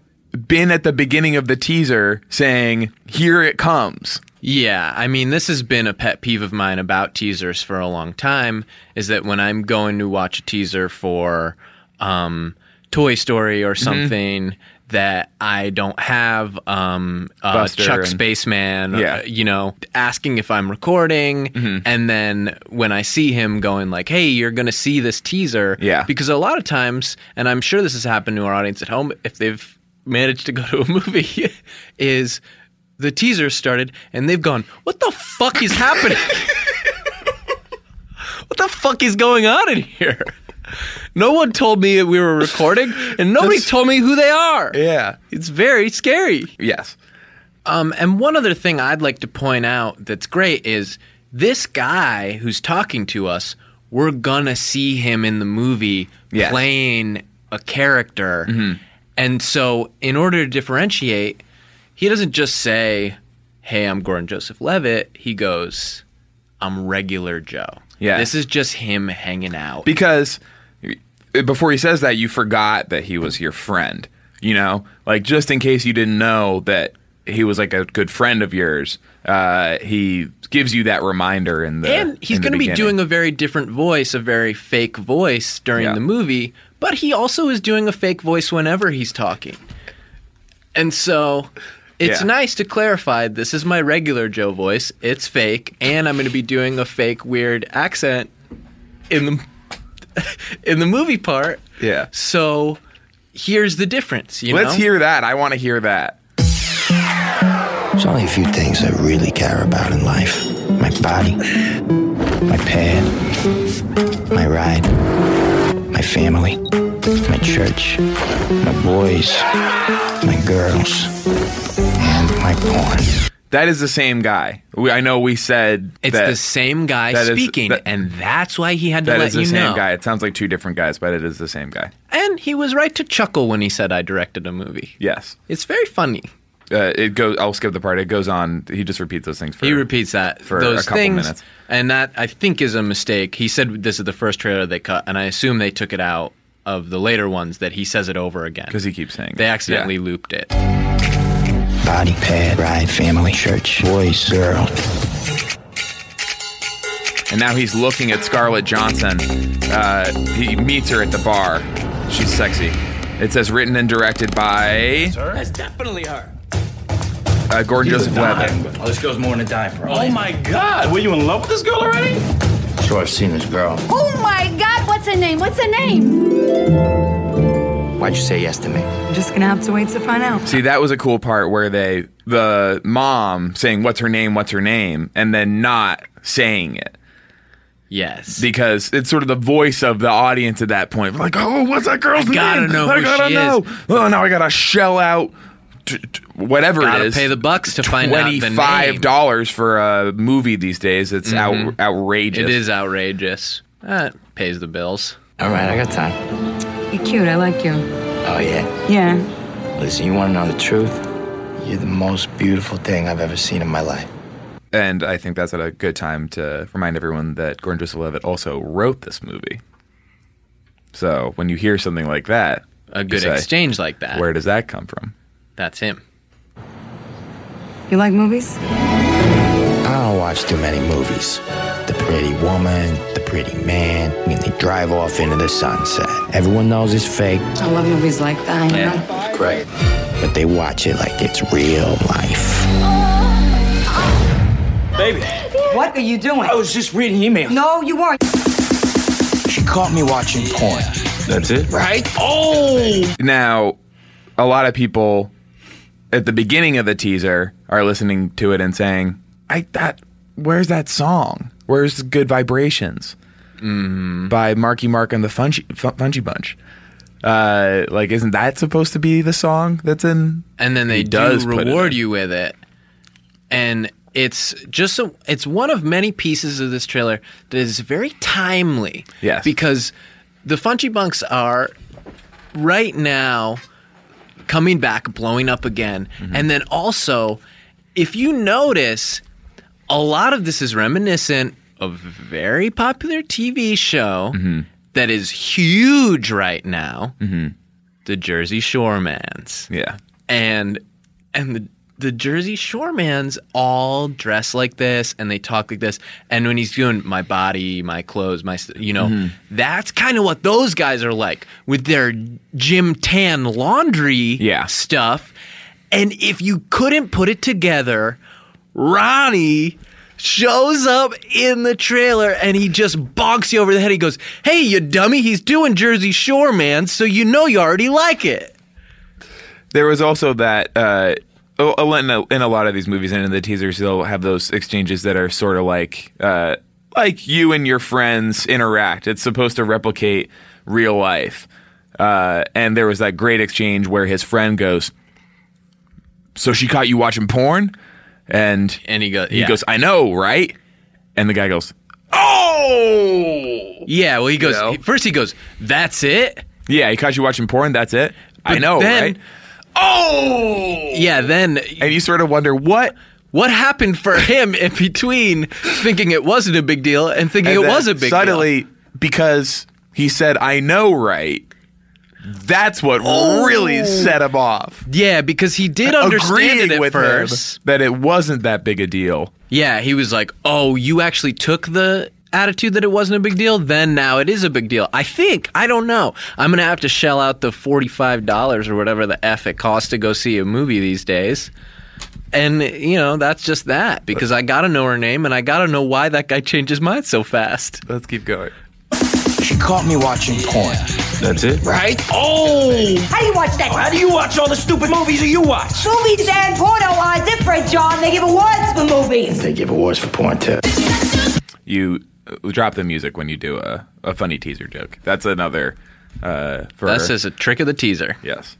been at the beginning of the teaser saying here it comes Yeah, I mean, this has been a pet peeve of mine about teasers for a long time. Is that when I'm going to watch a teaser for um, Toy Story Mm-hmm. or something that I don't have, um, uh, Buster Chuck and- Spaceman, uh, Yeah. you know, asking if I'm recording, Mm-hmm. and then when I see him going like, "Hey, you're going to see this teaser," Yeah. because a lot of times, and I'm sure this has happened to our audience at home, if they've managed to go to a movie, is the teaser started and they've gone, what the fuck is happening? what the fuck is going on in here? No one told me that we were recording, and nobody told me who they are. yeah It's very scary. yes Um, and one other thing I'd like to point out that's great is this guy who's talking to us, we're gonna see him in the movie Yes. playing a character. And so, in order to differentiate, he doesn't just say, Hey, I'm Gordon Joseph Levitt. He goes, I'm regular Joe. Yeah. This is just him hanging out. because before he says that you forgot that he was your friend you know like just in case you didn't know that he was like a good friend of yours uh, he gives you that reminder Uh, in the and he's going to be doing a very different voice, a very fake voice during Yeah. the movie, but he also is doing a fake voice whenever he's talking. And so it's Yeah. nice to clarify this is my regular Joe voice, it's fake, and I'm going to be doing a fake weird accent in the in the movie part. yeah So here's the difference, you let's know? hear that i want to hear that There's only a few things I really care about in life my body, my pad, my ride, my family, my church, my boys, my girls, and my porn. that is the same guy we, i know we said it's that, the same guy that is- speaking, that- and that's why he had to that let is the you same know. guy it sounds like two different guys but it is the same guy And he was right to chuckle when he said I directed a movie. yes It's very funny. uh, it goes i'll skip the part it goes on he just repeats those things for He repeats that for those a couple things, minutes. and that I think is a mistake. He said this is the first trailer they cut, and I assume they took it out of the later ones that he says it over again because he keeps saying they that. accidentally looped it. Body, pad, ride, family, church, boys, girls. yeah. and now he's looking at scarlett johnson uh, he meets her at the bar she's sexy it says written and directed by That's definitely her. uh, gordon joseph levitt Oh, this girl's more than a dime for Oh my God! Were you in love with this girl already? So I've seen this girl. Oh my god, what's her name? What's her name? Why'd you say yes to me? I'm just gonna have to wait to find out. see that was a cool part where they the mom saying what's her name what's her name and then not saying it Yes, because it's sort of the voice of the audience at that point. Like, oh, what's that girl's gotta name? know I who gotta she know. is. Oh, now I gotta shell out t- t- whatever gotta it is. pay the bucks to find out the name. Twenty-five dollars for a movie these days. It's out- outrageous. Mm-hmm. It is outrageous. That pays the bills. All right, I got time. You're cute. I like you. Oh, yeah. Yeah. Listen, you want to know the truth? You're the most beautiful thing I've ever seen in my life. and I think that's at a good time to remind everyone that Gordon Joseph Levitt also wrote this movie. So when you hear something like that, A you good say, exchange like that. Where does that come from? That's him. You like movies? I don't watch too many movies. The pretty woman, the pretty man, and they drive off into the sunset. Everyone knows it's fake, I love movies like that. You know? but they watch it like it's real life. Baby, What are you doing? I was just reading email. No, you weren't. She caught me watching porn. That's it. Right? Now, a lot of people at the beginning of the teaser are listening to it and saying, "I that where's that song? Where's Good Vibrations?" By Marky Mark and the Fungi, Fu- Fungi Bunch. Uh, like, isn't that supposed to be the song that's in? and then they does do put it reward in. you with it and it's just a, it's one of many pieces of this trailer that is very timely Yes. because the Funchy Bunks are right now coming back blowing up again Mm-hmm. and then also if you notice a lot of this is reminiscent a very popular TV show Mm-hmm. that is huge right now, the Jersey Shoremans. Yeah. And and the the Jersey Shoremans all dress like this and they talk like this. And when he's doing my body, my clothes, my st- you know, Mhm. that's kind of what those guys are like with their gym tan laundry stuff. And if you couldn't put it together, Ronnie shows up in the trailer and he just bonks you over the head. He goes, Hey, you dummy, he's doing Jersey Shore, man, so you know you already like it. There was also that uh, oh, oh, in, a, in a lot of these movies and in the teasers, they'll have those exchanges that are sort of like uh, like you and your friends interact. It's supposed to replicate real life. Uh, and there was that great exchange where his friend goes, "So she caught you watching porn," and and he goes, he yeah. goes, "I know, right?" And the guy goes, Oh! Yeah, well, he goes, first he goes, that's it? Yeah, he caught you watching porn, that's it. I But know, then- right? Oh! Yeah, then. And you sort of wonder what. What happened for him in between thinking it wasn't a big deal and thinking And it then was a big suddenly, deal? because he said, I know, right? That's what Oh. really set him off. Yeah, because he did understand it Agreeing at with him first. that it wasn't that big a deal. Yeah, he was like, "Oh, you actually took the attitude that it wasn't a big deal. Then now it is a big deal." I think I don't know. I'm gonna have to shell out the forty five dollars or whatever the f it costs to go see a movie these days. And you know that's just that because I gotta know her name and I gotta know why that guy changed his mind so fast. Let's keep going. She caught me watching porn. That's it? Right? Oh! How do you watch that? How do you watch all the stupid movies that you watch? Movies and porno are different, John. They give awards for movies. They give awards for porn, too. You uh, drop the music when you do a, a funny teaser joke. That's another. Uh, for That's just a trick of the teaser. Yes.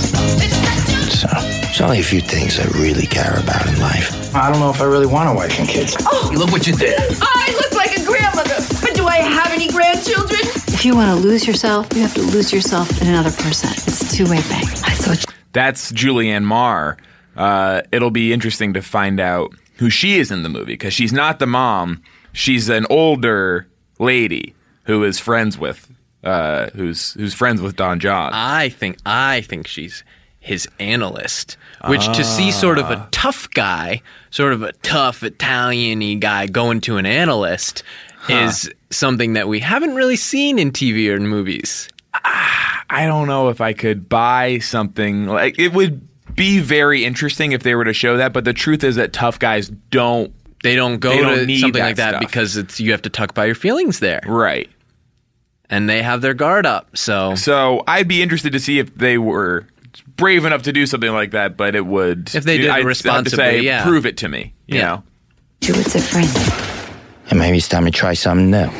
So, there's only a few things I really care about in life. I don't know if I really want a wife and kids. Oh, look what you did. I look like a grandmother, but do I have any grandchildren? If you want to lose yourself, you have to lose yourself in another person. It's a two-way thing. I thought That's Julianne Marr. Uh, it'll be interesting to find out who she is in the movie because she's not the mom. She's an older lady who is friends with uh, who's who's friends with Don John. I think I think she's his analyst, which to see sort Ah. of a tough guy, sort of a tough Italian-y guy going to an analyst is something that we haven't really seen in TV or in movies. I don't know if I could buy something like it would be very interesting if they were to show that. But the truth is that tough guys don't they don't go don't to need something like that stuff. because it's you have to tuck by your feelings there. Right. And they have their guard up, so So I'd be interested to see if they were brave enough to do something like that, but it would If they did it I'd have to responsibly, say, yeah. prove it to me. You know, Do it different. And maybe it's time to try something new.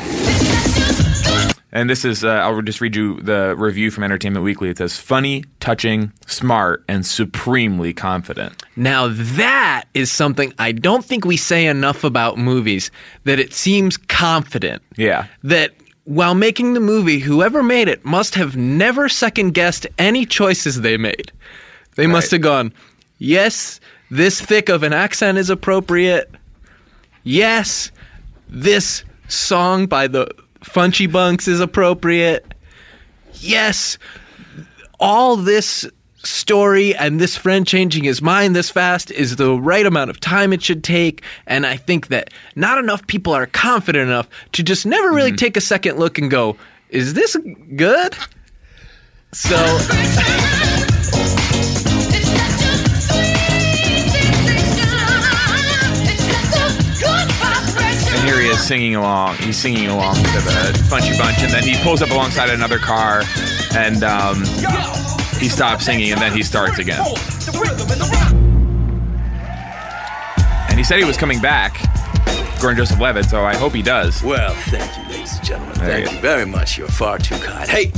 And this is, uh, I'll just read you the review from Entertainment Weekly. It says, funny, touching, smart, and supremely confident. Now, that is something I don't think we say enough about movies that it seems confident. Yeah. That while making the movie, whoever made it must have never second guessed any choices they made. They must have gone, yes, this thick of an accent is appropriate. Yes, this song by the Funchy Bunks is appropriate. Yes, all this story and this friend changing his mind this fast is the right amount of time it should take. And I think that not enough people are confident enough to just never really Mm-hmm. take a second look and go, is this good? So. And here he is singing along. He's singing along to the Funchy Bunch, and then he pulls up alongside another car, and um, he stops singing, and then he starts again. And he said he was coming back, Gordon Joseph Levitt, so I hope he does. Well, thank you, ladies and gentlemen. There you Thank go. you very much. You're far too kind. Hey,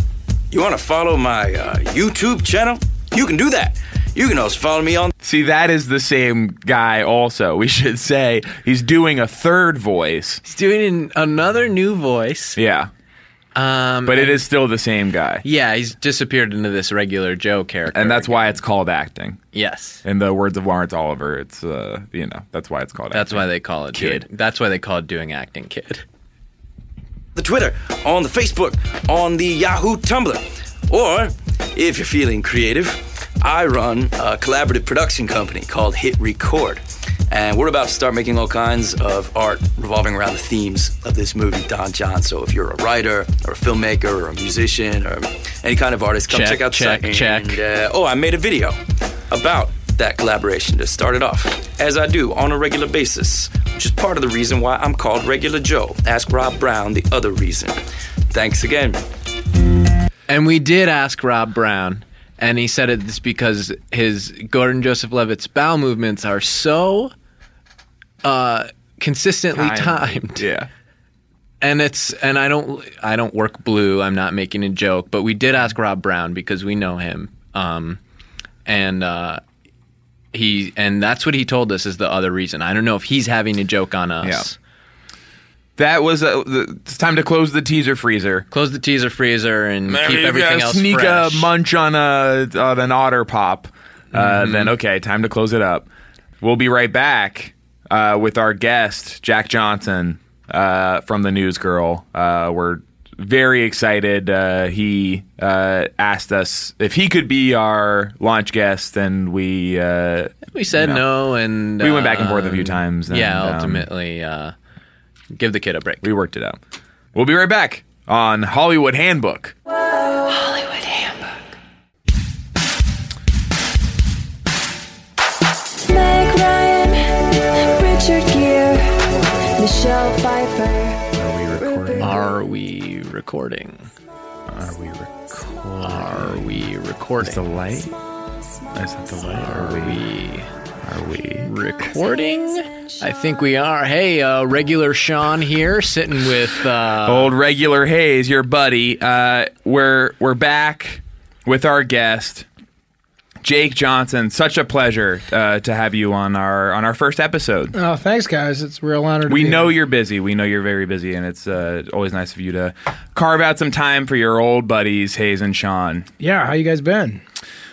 you want to follow my uh, YouTube channel? You can do that. You can also follow me on. See, that is the same guy, also. We should say he's doing a third voice. He's doing an, another new voice. Yeah. Um, but it is still the same guy. Yeah, he's disappeared into this regular Joe character. And that's why it's called acting. Yes. In the words of Lawrence Oliver, it's, uh, you know, that's why it's called That's acting. why they call it Kid. doing- that's why they call it doing acting, kid. the Twitter, on the Facebook, on the Yahoo Tumblr. Or, if you're feeling creative, I run a collaborative production company called Hit Record. And we're about to start making all kinds of art revolving around the themes of this movie, Don John. So if you're a writer or a filmmaker or a musician or any kind of artist, come Check, check, out check, the site. check. And, uh, oh, I made a video about that collaboration to start it off, as I do on a regular basis, which is part of the reason why I'm called Regular Joe. Ask Rob Brown the other reason. Thanks again. And we did ask Rob Brown, and he said it's because his Gordon Joseph Levitt's bowel movements are so uh, consistently timed. Yeah. And it's and I don't I don't work blue. I'm not making a joke, but we did ask Rob Brown because we know him, um, and uh, he and that's what he told us is the other reason. I don't know if he's having a joke on us. That was uh the, it's time to close the teaser freezer. Close the teaser freezer and keep Maybe everything I else sneak fresh. a munch on a on an otter pop. Uh, Mhm. Then okay, time to close it up. We'll be right back uh, with our guest Jack Johnson uh, from the News Girl. Uh, we're very excited. Uh, he uh, asked us if he could be our launch guest, and we uh, We said you know, no, and we went back and forth a few um, times. and, um, yeah, ultimately, uh, give the kid a break. We worked it out. We'll be right back on Hollywood Handbook. Hollywood Handbook. Meg Ryan, Richard Gere, Michelle Pfeiffer. Are we recording? Are we recording? Are we recording? Is the light? Is that the light? Are we? Are we recording? I think we are. Hey, uh, regular Sean here, sitting with uh, Old regular Hayes, your buddy. Uh, we're we're back with our guest, Jake Johnson. Such a pleasure uh, to have you on our on our first episode. Oh, thanks, guys. It's a real honor. To We be know here. you're busy. We know you're very busy, and it's uh, always nice of you to carve out some time for your old buddies, Hayes and Sean. Yeah, how you guys been?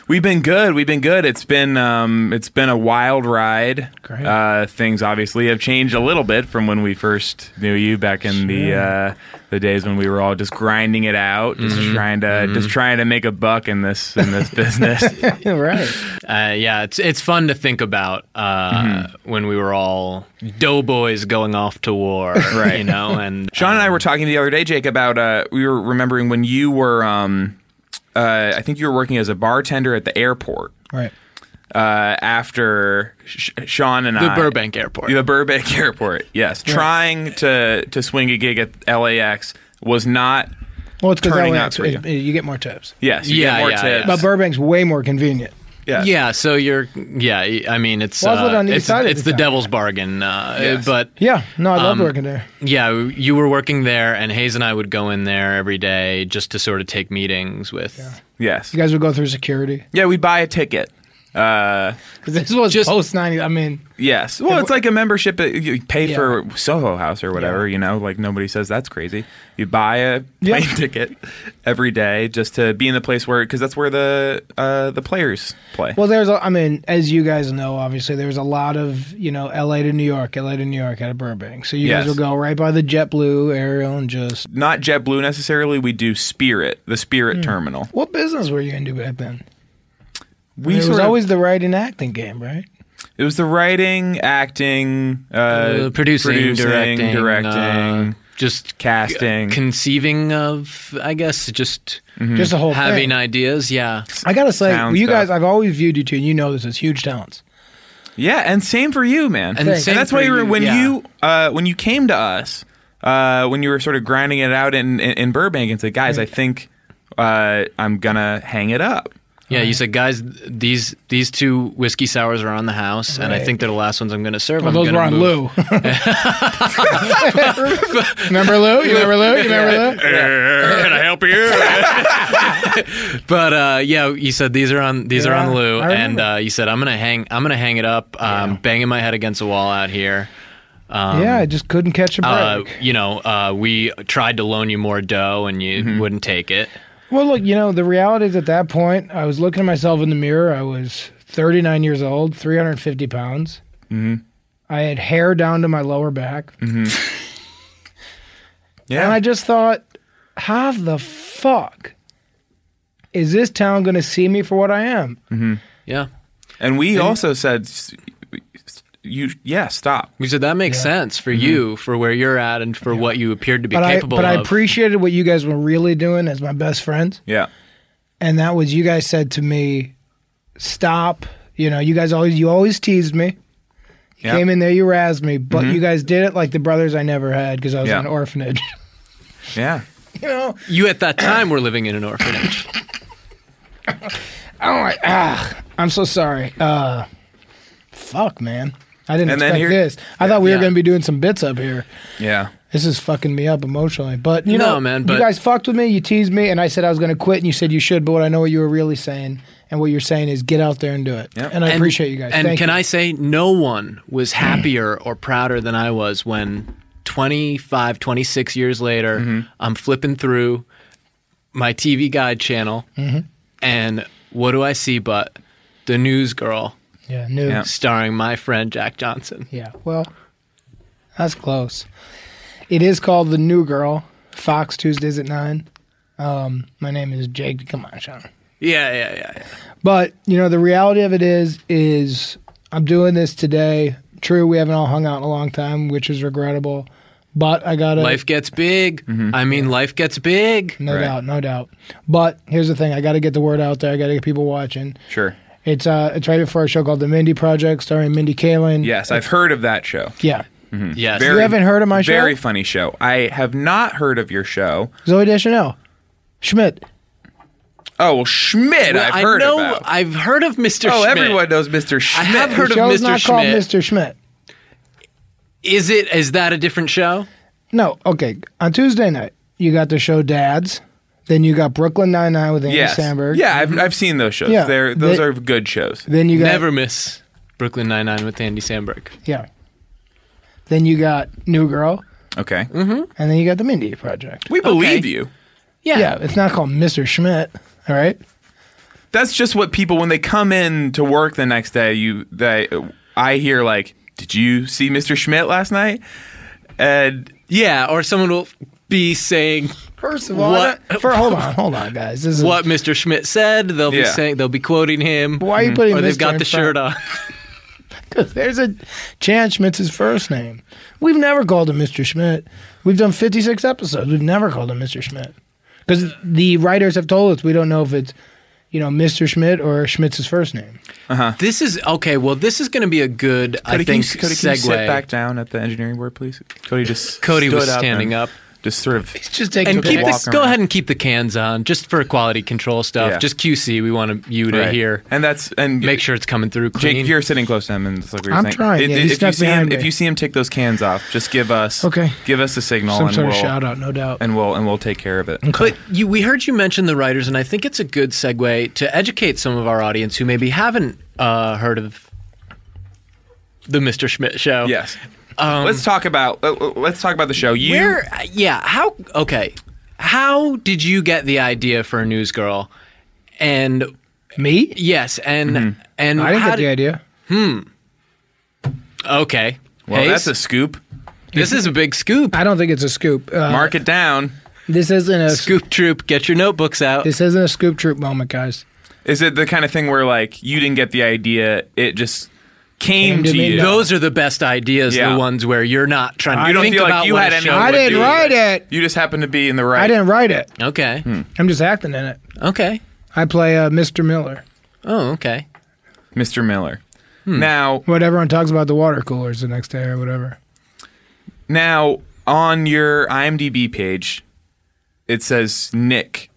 We've been good. We've been good. It's been um, it's been a wild ride. Uh, things obviously have changed a little bit from when we first knew you back in the uh, the days when we were all just grinding it out, just Mhm. trying to Mhm. just trying to make a buck in this in this business. right. Uh, yeah, it's it's fun to think about uh, Mm-hmm. when we were all doughboys going off to war, Right. You know, and uh, Sean and I were talking the other day, Jake, about uh, we were remembering when you were um, uh, I think you were working as a bartender at the airport. Right. uh, after Sh- Sean and The I, Burbank Airport. the Burbank Airport. Yes, Yeah. trying to to swing a gig at LAX was not. Well, it's because turning out LAX, for you. it- you get more tips. Yes, you get Yeah, more yeah, tips. But Burbank's way more convenient. Yeah. Yeah. So you're. Yeah. I mean, it's Well, I was living uh, on the east it's, side at it's the the devil's bargain. Uh, Yes. But Yeah, no, I loved Um, working there. yeah, you were working there, and Hayes and I would go in there every day just to sort of take meetings with. Yes. You guys would go through security Yeah, we buy a ticket. Uh, because this was post ninety. I mean, Yes. Well, it's like a membership. that You you pay Yeah. for Soho House or whatever. You know, like nobody says that's crazy. You buy a plane ticket every day just to be in the place where because that's where the uh, the players play. well, there's. A, I mean, as you guys know, obviously there was a lot of you know L.A. to New York, L.A. to New York out of Burbank. So you Yes. guys would go right by the JetBlue aerial and just. Not JetBlue necessarily. We do Spirit, the Spirit Hmm. terminal. What business were you into back then? We We it was sort of- always the writing acting game, right? It was the writing, acting, uh, Uh, producing, directing, uh, directing, just casting. Conceiving of, I guess, just Just the whole having thing. ideas. Yeah. I gotta say, Sound you guys, stuff. I've always viewed you two, and you know this as huge talents. yeah, and same for you, man. And And, Thanks. same that's for why you were, you, when yeah. you uh, when you came to us uh, when you were sort of grinding it out in in, in Burbank and said, guys, I think uh, I'm gonna hang it up. Yeah, you said, guys, th- these these two whiskey sours are on the house, and I Right. think they're the last ones I'm going to serve. Well, I'm those gonna were on move- Lou. remember Lou? You remember Lou? You remember Lou? Can I help you? but uh, yeah, you said these are on these are Yeah, on Lou, I and remember. uh, you said I'm gonna hang I'm gonna hang it up, um, banging my head against the wall out here. Um, yeah, I just couldn't catch a break. uh, you know, uh, we tried to loan you more dough and you wouldn't take it. Well, look, you know, the reality is at that point, I was looking at myself in the mirror. I was 39 years old, 350 pounds. Mm-hmm. I had hair down to my lower back. Mm-hmm. Yeah. And I just thought, how the fuck is this town going to see me for what I am? Mm-hmm. Yeah. And we also said, s- you yeah, stop. We said that makes sense for you, for where you're at, and for what you appeared to be Mm-hmm. But I, capable but I of. appreciated what you guys were really doing as my best friends. Yeah. And that was you guys said to me, stop. You know, you guys always, you always teased me. You Yeah. came in there, you razzed me, but Mhm. you guys did it like the brothers I never had because I was Yeah. in an orphanage. Yeah. you know, You at that time were living in an orphanage. I'm like, ah, I'm so sorry. Uh, fuck, man. I didn't And then expect here- this. I thought we Yeah. were going to be doing some bits up here. Yeah. This is fucking me up emotionally. But you No, know, man, but- you guys fucked with me. You teased me, and I said I was going to quit, and you said you should. But what I know what you were really saying, and what you're saying is get out there and do it. And I appreciate you guys. And Thank can you. I say, no one was happier or prouder than I was when 25, 26 years later, Mm-hmm. I'm flipping through my TV guide channel, Mhm. and what do I see but the news girl Yeah, new. starring my friend Jack Johnson? Yeah. Well, that's close. It is called The New Girl, Fox Tuesdays at 9. Um, my name is Jake. Come on, Sean. Yeah, yeah, yeah. yeah. But, you know, the reality of it is, is I'm doing this today. True, we haven't all hung out in a long time, which is regrettable. But I got to. Life gets big. Mm-hmm. I mean, life gets big. No doubt, no doubt. But here's the thing I got to get the word out there. I got to get people watching. Sure. It's uh, it's right before a show called The Mindy Project, starring Mindy Kaling. Yes, I've heard of that show. Yeah. Mhm. Yes. You haven't heard of my show? Very funny show. I have not heard of your show. Zoe Deschanel, Schmidt. Oh well, Schmidt. Well, I've I heard know- about. I've heard of Mr. Oh, Schmidt. everyone knows Mr. Schmidt. I have heard the of show's Mr. not called Schmidt. Mr. Schmidt. Is it? Is that a different show? No, okay. On Tuesday night, you got the show Dads. Then you got Brooklyn Nine Nine with Andy Yes. Samberg. Yeah, I've, I've seen those shows. Yeah. They're those They- are good shows. Then you got Never miss Brooklyn Nine Nine with Andy Samberg. yeah. Then you got New Girl, Okay. Mm-hmm. and then you got the Mindy Project. We believe you. Yeah. yeah. It's not called Mr. Schmidt. All right. That's just what people when they come in to work the next day. You they I hear like, did you see Mr. Schmidt last night? And yeah, or someone will be saying First of all, What? I- for hold on, hold on, guys. This is what Mr. Schmidt said. They'll be Yeah. saying they'll be quoting him. Mm-hmm. Why are you putting Or they've Mr. got in the front? shirt on. Because there's a Chan Schmidt's his first name. We've never called him Mr. Schmidt. We've done 56 episodes. We've never called him Mr. Schmidt. Because the writers have told us we don't know if it's, you know, Mr. Schmidt or Schmidt's his first name. Uh-huh. This is okay. Well, this is going to be a good I Cody, think can you, Cody, segue. can you sit back down at the engineering board, please? Cody just Cody stood was up standing and up. just sort of just taking and took a keep walk the, go around. ahead and keep the cans on just for quality control stuff. Yeah. Just QC. We want to- you to Right. hear. And that's and make sure it's coming through clean. Jake, you're sitting close to him, and that's like we were I'm saying. trying, If- yeah, he if, you snuck see him, behind if me. you see him take those cans off, just give us Okay. Give us a signal, Some and sort of we'll, shout out, no doubt, and we'll and we'll take care of it. But you, we heard you mention the writers, and I think it's a good segue to educate some of our audience who maybe haven't uh, heard of the Mr. Schmidt show. Yes. let's talk about let- let's talk about the show. You Where? Yeah. How? Okay. How did you get the idea for a news girl? And me? Yes. And Mm-hmm. and I didn't how get the did- idea. Hmm. Okay. Well, Hayes? that's a scoop. This is a big scoop. I don't think it's a scoop. Uh, Mark it down. This isn't a scoop troop. Get your notebooks out. This isn't a scoop troop moment, guys. Is it the kind of thing where like you didn't get the idea? It just came, to, you. Those are the best ideas. The ones where you're not trying to you don't think feel about like you what had a any. show to would do do. with it. You just happened to be in the right. I didn't write it. Okay. Hmm. I'm just acting in it. Okay. I play uh, Mr. Miller. Oh, okay. Mr. Miller. Hmm. Now, what everyone talks about the water coolers the next day or whatever. Now, on your IMDb page, it says Nick.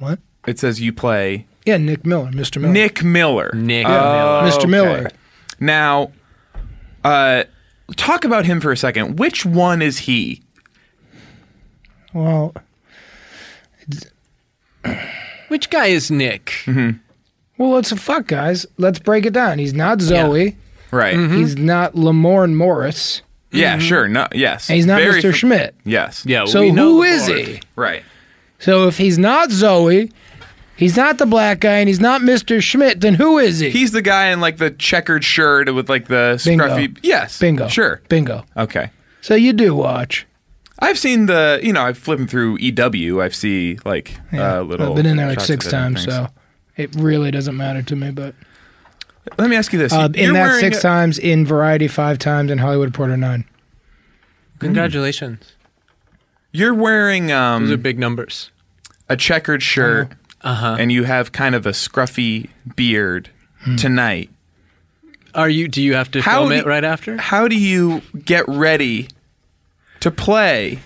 What? It says you play Yeah, Nick Miller, Mr. Miller. Nick Oh, Miller. Nick Yeah, Mr. Miller. Now, uh, talk about him for a second. Which one is he? Well, Which guy is Nick? well, let's fuck, guys. Let's break it down. He's not Zoe. Right. He's not Lamorne Morris. Yeah, sure. No, yes. Mm-hmm. And he's not Very Mr. fam- Schmidt. Yes. Yeah. So who is he? Right. So if he's not Zoe, he's not the black guy, and he's not Mr. Schmidt, then who is he? He's the guy in like the checkered shirt with like the Bingo. scruffy. Yes. Bingo. Sure. Bingo. Okay. So you do watch. I've seen the, you know, I'm flipping through EW. I've seen like Yeah. uh, little. I've been in there like shots six of different times, things. so it really doesn't matter to me. But Let me ask you this: uh, in You're that wearing six a- times, in Variety five times, in Hollywood Reporter nine. Hmm. Congratulations. You're wearing um, Those are Oh. big numbers. a checkered shirt, uh-huh. and you have kind of a scruffy beard tonight. Are you? Do you have to How Hmm. film do- it right after? How do you get ready to play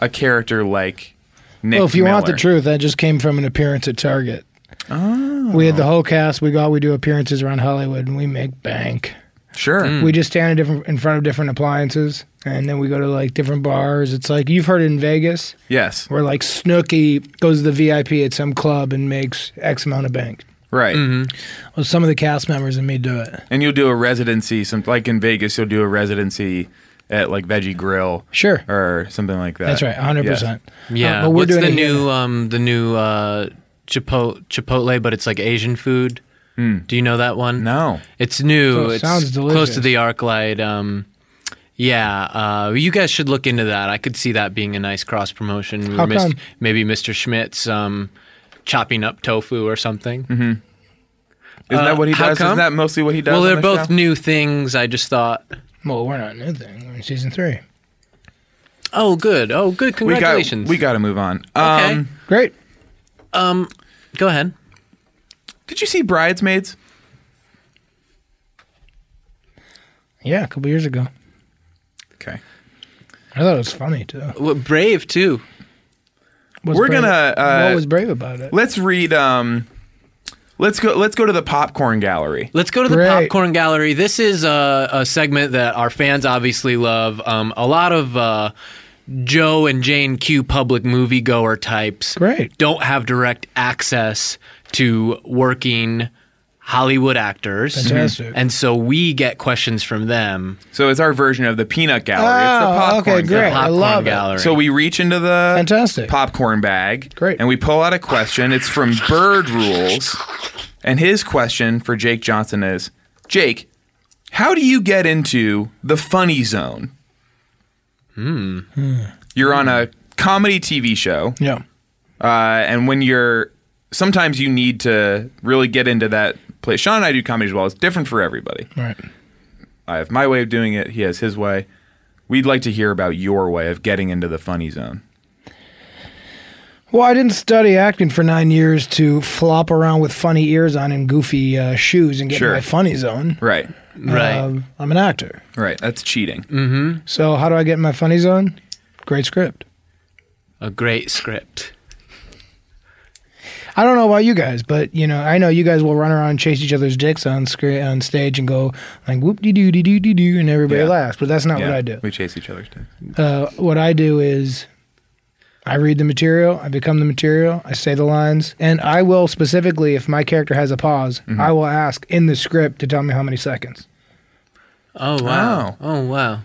a character like Nick? well, if you want the Miller? truth, that just came from an appearance at Target. Oh. We had the whole cast. We go out, we do appearances around Hollywood, and we make bank. Sure. Hmm. We just stand in, different, in front of different appliances, and then we go to like different bars. It's like you've heard it in Vegas, Yes. where like Snooky goes to the VIP at some club and makes X amount of bank. Right. Mm-hmm. Well, some of the cast members and me do it. And you'll do a residency, some like in Vegas, you'll do a residency at like Veggie Grill, sure, or something like that. That's right, 100%. Yeah. Uh, but we're What's doing the it here new um the new uh Chipotle Chipotle, but it's like Asian food. Hmm. Do you know that one? No. It's new. Oh, it it's sounds close delicious. to the arc light. Um yeah, uh, you guys should look into that. I could see that being a nice cross promotion. How come? Maybe Mr. Schmidt's um, chopping up tofu or something. Mm-hmm. Isn't that what he does? Isn't that mostly what he does? Uh, Well, on they're the both show? new things. I just thought, Well, we're not new thing. We're in season three. oh, good. Oh, We good. got Congratulations. we got to move on. Okay. Um, Great. Um, go ahead. Did you see Bridesmaids? Yeah, a couple years ago. Okay. I thought it was funny too. Well, brave too. What's We're brave- gonna. Uh, what was brave about it? Let's read. Um, let's go. Let's go to the popcorn gallery. Let's go to the Great. popcorn gallery. This is a, a segment that our fans obviously love. Um, a lot of uh, Joe and Jane Q public moviegoer types Great. don't have direct access to working Hollywood actors, Fantastic. and so we get questions from them. So it's our version of the peanut gallery. Oh, it's the popcorn okay, great. gallery. I Popcorn love it. gallery. So we reach into the Fantastic. popcorn bag. Great. And we pull out a question. It's from Bird Rules. And his question for Jake Johnson is Jake, how do you get into the funny zone? Hmm. Hmm. You're on a comedy TV show. Yeah. Uh, and when you're, sometimes you need to really get into that place. Sean and I do comedy as well. It's different for everybody. Right. I have my way of doing it. He has his way. We'd like to hear about your way of getting into the funny zone. Well, I didn't study acting for nine years to flop around with funny ears on and goofy uh, shoes and get Sure. in my funny zone. Right. Right. Um, I'm an actor. Right. That's cheating. So, how do I get in my funny zone? Great script. a great script. I don't know about you guys, but you know, I know you guys will run around and chase each other's dicks on screen on stage and go like whoop de doo de doo de doo, and everybody Yeah. laughs. But that's not Yeah. what I do. We chase each other's tail. Uh, what I do is I read the material, I become the material, I say the lines, and I will specifically, if my character has a pause, Mm-hmm. I will ask in the script to tell me how many seconds. Oh wow! Oh wow!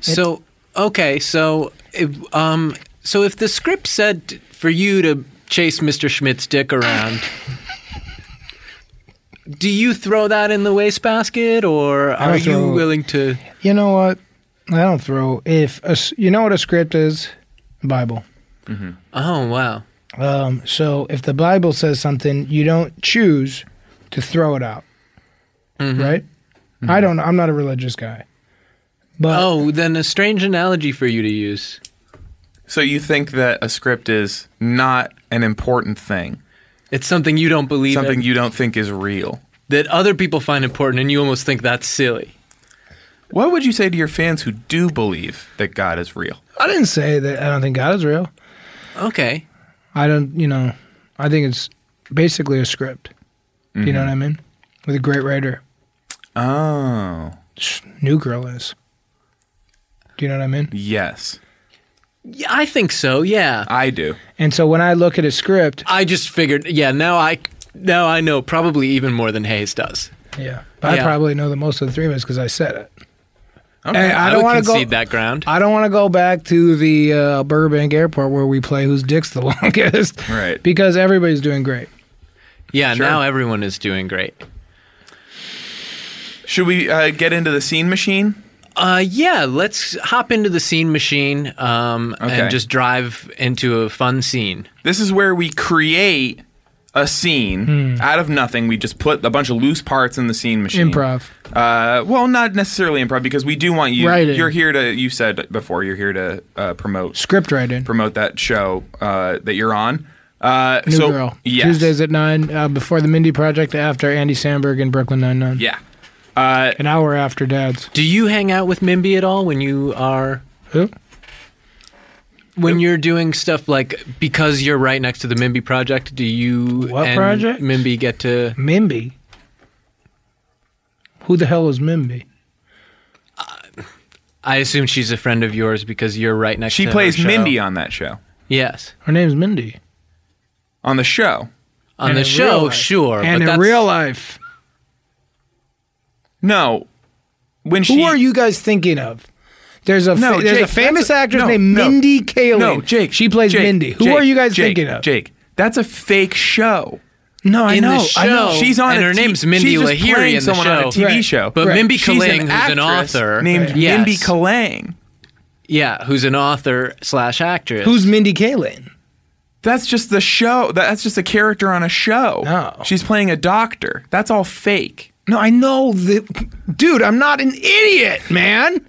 So okay, so if, um, so if the script said for you to chase Mr. Schmidt's dick around, do you throw that in the wastebasket, or don't are you throw- willing to? You know what? I don't throw if a s you know what a script is, Bible. Oh wow! Um, so if the Bible says something, you don't choose to throw it out, Mm-hmm. right? I don't. I'm not a religious guy, but Oh, then a strange analogy for you to use. So you think that a script is not an important thing, It's something you don't believe in, something you don't think is real. that other people find important, and you almost think that's silly. What would you say to your fans who do believe that God is real? I didn't say that. I don't think God is real. Okay. I don't, you know, I think it's basically a script. Do You know Mm-hmm. what I mean? With a great writer. Oh, New Girl is. Do you know what I mean? yes, Yeah, I think so. Yeah. I do. And so when I look at a script, I just figured, yeah, now I now I know probably even more than Hayes does. yeah, I Yeah. probably know the most of the three of us because I said it. Hey, I, don't would want to go. concede that ground. I don't want to go back to the uh, Burbank Airport where we play whose dick's the longest, Right. Because everybody's doing great. Yeah, now everyone is doing great. Should we uh, get into the scene machine? Uh, yeah, let's hop into the scene machine um, Okay. and just drive into a fun scene. This is where we create a scene Hmm. out of nothing. We just put a bunch of loose parts in the scene machine. Improv. Uh, well, not necessarily improv because we do want you. Writing. You're here to. You said before you're here to uh, promote Script writing. promote that show uh, that you're on. Uh, New so Girl. yes, Tuesdays at nine uh, before the Mindy Project. After Andy Sandberg and Brooklyn Nine Nine. yeah. Uh, An hour after Dad's. Do you hang out with Mimby at all when you are who? When you're doing stuff like because you're right next to the Mimby project, do you What and project? Mimby get to Mimby. Who the hell is Mimby? I assume she's a friend of yours because you're right next She to plays her show. Mindy on that show. Yes. Her name's Mindy. On the show. On the show, sure. And but in that's- real life, no. When who are you guys thinking of? There's a No, fa- there's Jake, a famous that's a- actress no, named no. Mindy Kaling. No, Jake. She plays Jake, Mindy. Who Jake, are you guys Jake, thinking of? Jake. That's a fake show. No, I In the know. I know. show, She's on and a her t- name's Mindy she's just Lahiri playing in the someone on a show. TV Right. show. But Right. Mimby She's an Kaling, who's an actress author named yes. Mindy Kaling. Yeah, who's an author slash actress. Who's Mindy Kaling? That's just the show. That's just a character on a show. No. She's playing a doctor. That's all fake. No, I know the dude. I'm not an idiot, man.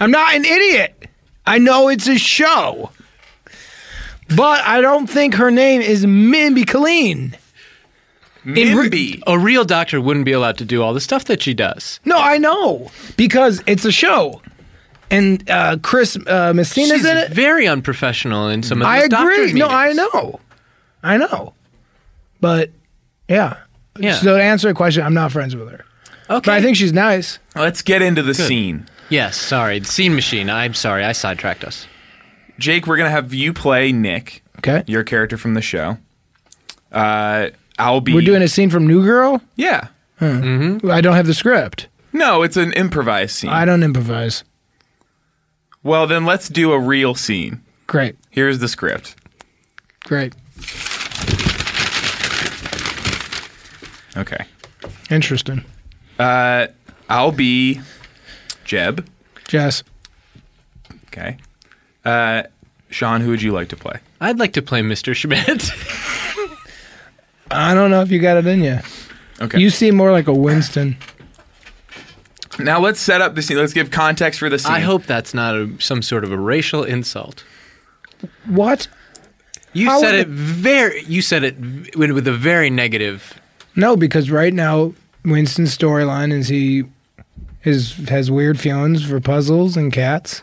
I'm not an idiot. I know it's a show, but I don't think her name is Mindy Kaling. In re- Mimby. a real doctor wouldn't be allowed to do all the stuff that she does. No, I know because it's a show, and uh, Chris uh, Messina's She's in it. very unprofessional in some of I those doctor agree. No, meetings. I know, I know, but yeah. Yeah. So to answer your question, I'm not friends with her. Okay. But I think she's nice. Let's get into the Good. scene. Yes, sorry. The scene machine. I'm sorry. I sidetracked us. Jake, we're gonna have you play Nick. Okay. Your character from the show. Uh, I'll be. We're doing a scene from New Girl. Yeah. Huh. I don't have the script. No, it's an improvised scene. I don't improvise. well, then let's do a real scene. Great, Here's the script. great, Okay. interesting. Uh, I'll be Jeb. Jess, Okay. Uh, Sean, who would you like to play? I'd like to play Mr. Schmidt. I don't know if you got it in you. Okay. You seem more like a Winston. Now let's set up the scene. Let's give context for the scene. I hope that's not a, some sort of a racial insult. What? You How said would it very. You said it v- with, with a very negative. No, because right now Winston's storyline is he is has weird feelings for puzzles and cats,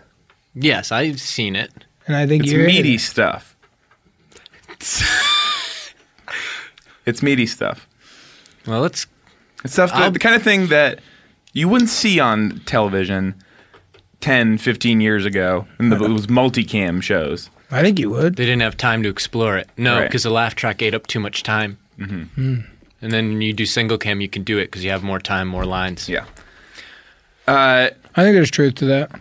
Yes, I've seen it. and I think It's you're meaty stuff. it's meaty stuff. Well, let's. It's stuff that, I'll- the kind of thing that you wouldn't see on television 10, 15 years ago. And the, it was multicam shows. I think you would. They didn't have time to explore it. No, Right. because the laugh track ate up too much time. Mm-hmm. And then when you do single cam, you can do it because you have more time, more lines. Yeah. Uh, I think there's truth to that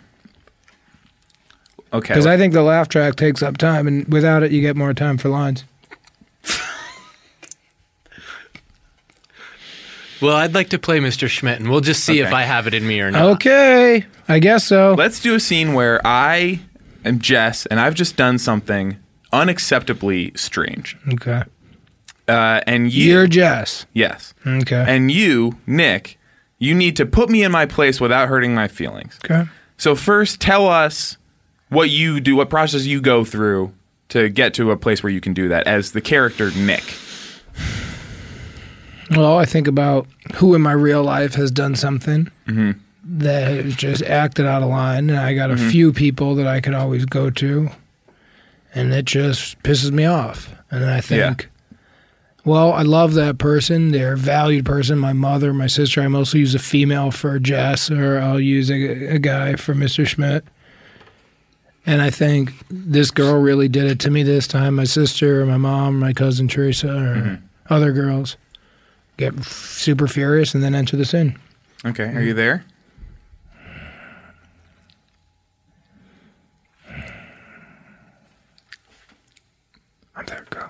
okay. because I think the laugh track takes up time, and without it, you get more time for lines. Well, I'd like to play Mr. Schmidt, and we'll just see if Okay. I have it in me or not. Okay, I guess so. Let's do a scene where I am Jess and I've just done something unacceptably strange. Okay, Uh, and you. you're Jess. yes. Okay. And you, Nick, you need to put me in my place without hurting my feelings. Okay. So first, tell us what you do, what process you go through to get to a place where you can do that as the character Nick. Well, I think about who in my real life has done something that has just acted out of line, and I got a few people that I can always go to, and it just pisses me off. And then I think, well, I love that person. They're a valued person. My mother, my sister. I mostly use a female for Jess, or I'll use a, a guy for Mr. Schmidt. And I think this girl really did it to me this time. My sister, or my mom, my cousin Teresa, or other girls get f- super furious and then enter the scene. Okay, Mm. are you there? I'm there. Go.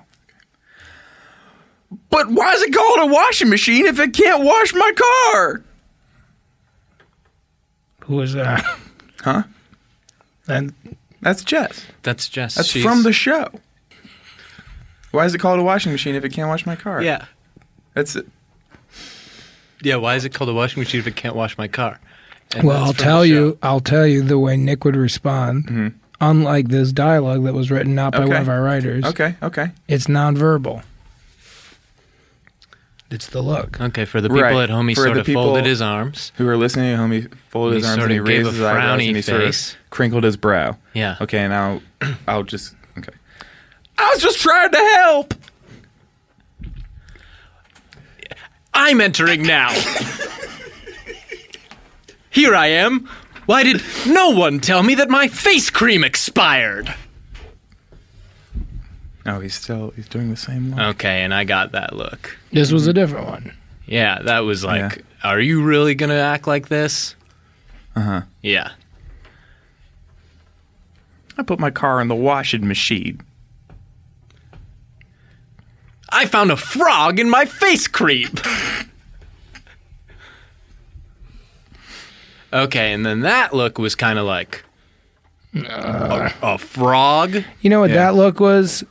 But why is it called a washing machine if it can't wash my car? Who is that? Huh? And that's Jess. That's Jess. That's She's- from the show. Why is it called a washing machine if it can't wash my car? Yeah. That's it. Yeah, why is it called a washing machine if it can't wash my car? And well, that's I'll from tell the show. you. I'll tell you the way Nick would respond. Unlike this dialogue that was written not by one Okay. of our writers. Okay, okay. It's nonverbal. It's the look. Okay, for the people Right. at home, he For sort the of people folded his arms. Who are listening at home, he folded He his arms and sort he of gave raised a his eyebrows frowny and he sort face. of crinkled his brow. Yeah. Okay, now I'll just okay. I was just trying to help. I'm entering now. Here I am. Why did no one tell me that my face cream expired? Oh, he's still he's doing the same look. Okay, and I got that look. This was a different one. Yeah, that was like, are you really going to act like this? Uh huh. Yeah. I put my car in the washing machine. I found a frog in my face cream. okay, and then that look was kind of like a, a frog. You know what that look was?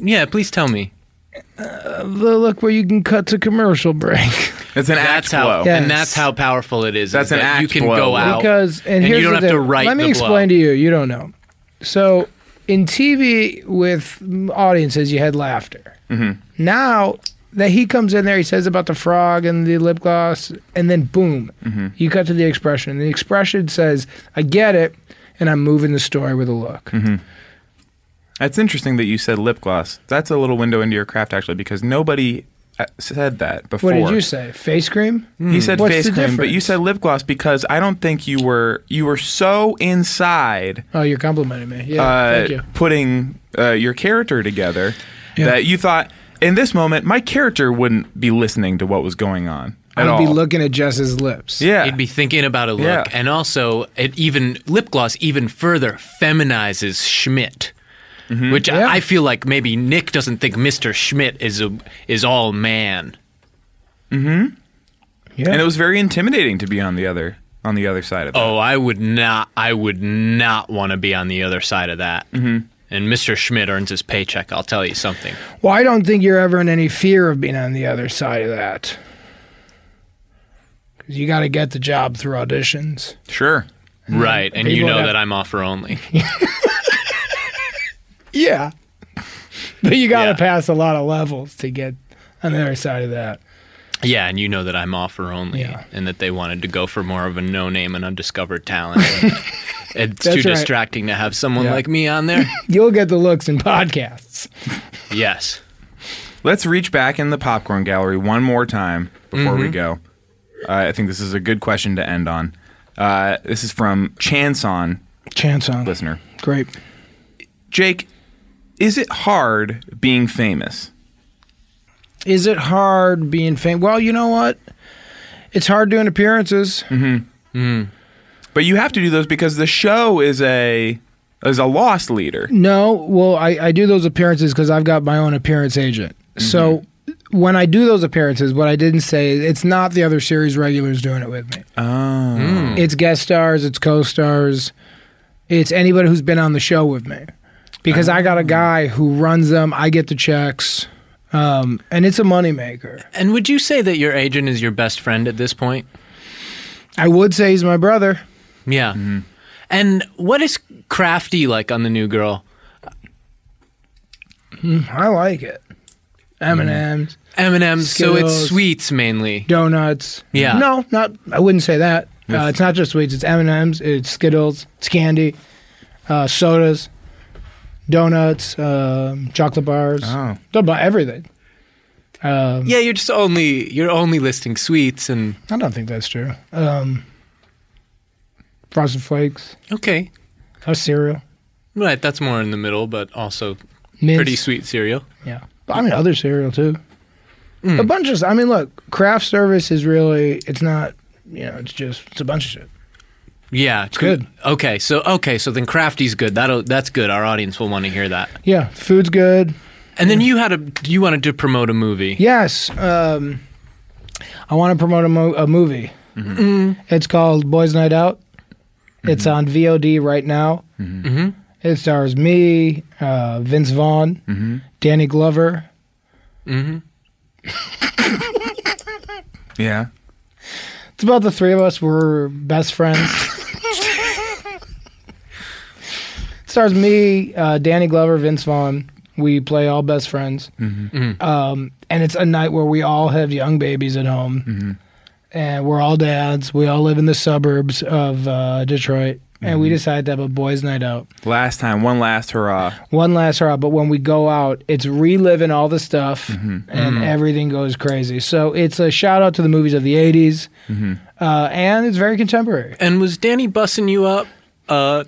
Yeah, please tell me. Uh, the look where you can cut to commercial break. It's an that's act how, blow. And Yes. that's how powerful it is. That's is an that You act can blow. go out Because and, here's you don't the have to thing. write. Let me the explain blow. to you. You don't know. So in TV with audiences, you had laughter. Mm-hmm. Now that he comes in there, he says about the frog and the lip gloss, and then boom, Mhm. you cut to the expression. The expression says, "I get it," and I'm moving the story with a look. Mm-hmm. That's interesting that you said lip gloss. That's a little window into your craft, actually, because nobody uh, said that before. What did you say? Face cream? Hmm. He said What's face the cream, but you difference? said lip gloss because I don't think you were you were so inside Oh, you're complimenting me. Yeah, uh, thank you. putting uh, your character together that you thought in this moment my character wouldn't be listening to what was going on at I'd all. be looking at Jess's lips. yeah, You'd be thinking about a look, Yeah. and also it even lip gloss even further feminizes Schmidt, which I- I feel like maybe Nick doesn't think Mister Schmidt is a is all man. Mm-hmm. And it was very intimidating to be on the other on the other side of that. Oh, I would not. I would not want to be on the other side of that. Mhm. And Mister Schmidt earns his paycheck. I'll tell you something. Well, I don't think you're ever in any fear of being on the other side of that. Because you got to get the job through auditions. Sure. Right, and you People know have- that I'm offer only. Yeah. But you got to pass a lot of levels to get on the other side of that. Yeah, and you know that I'm offer only, and that they wanted to go for more of a no name and undiscovered talent. it's That's too right. distracting to have someone Yeah. like me on there. You'll get the looks in podcasts. yes. Let's reach back in the popcorn gallery one more time before we Mm-hmm. Mhm. go. Uh, I think this is a good question to end on. Uh, this is from Chanson, Chanson listener. Great. Jake, is it hard being famous? Is it hard being famous? Well, you know what? It's hard doing appearances. Mm-hmm. But you have to do those because the show is a is a lost leader. No, well, I, I do those appearances because I've got my own appearance agent. So when I do those appearances, what I didn't say is it's not the other series regulars doing it with me. Oh, It's guest stars, it's co stars, it's anybody who's been on the show with me. Because I got a guy who runs them, I get the checks, um, and it's a moneymaker. And would you say that your agent is your best friend at this point? I would say he's my brother. Yeah. Mm-hmm. And what is Crafty like on the new girl? Mm, I like it. M&M's, M&M's. So it's Skittles. sweets mainly. donuts. Yeah. No, not. I wouldn't say that. Uh, Yes. it's not just sweets. It's M and M's. It's Skittles. It's candy, uh, sodas, donuts, um, chocolate bars. Oh. about everything. Um, Yeah, you're just only you're only listing sweets and I don't think that's true. Um, Frosted Flakes. okay, A cereal. right. That's more in the middle, but also Mints. pretty sweet cereal. Yeah. But I mean, Mm. other cereal too. A bunch of. I mean, look, craft service is really. It's not you know, it's just it's a bunch of shit. Yeah, it's good. Okay, so okay, so then crafty's good. That'll that's good. Our audience will want to hear that. Yeah, food's good. And then you had a you wanted to promote a movie. Yes, um, I want to promote a, mo- a movie. Mhm. It's called Boys Night Out. It's on VOD right now. Mhm. It stars me, uh, Vince Vaughn, Mhm. Danny Glover, Mm-hmm. Yeah. It's about the three of us. We're best friends. Stars me, uh, Danny Glover, Vince Vaughn. We play all best friends. Mhm. Um, and it's a night where we all have young babies at home. And we're all dads. We all live in the suburbs of uh, Detroit. And we decide to have a boys' night out. Last time, one last hurrah. One last hurrah. But when we go out, it's reliving all the stuff Mm-hmm. and Mhm. everything goes crazy. So it's a shout out to the movies of the 80s. Mm-hmm. Uh, and it's very contemporary. And was Danny bussing you up uh,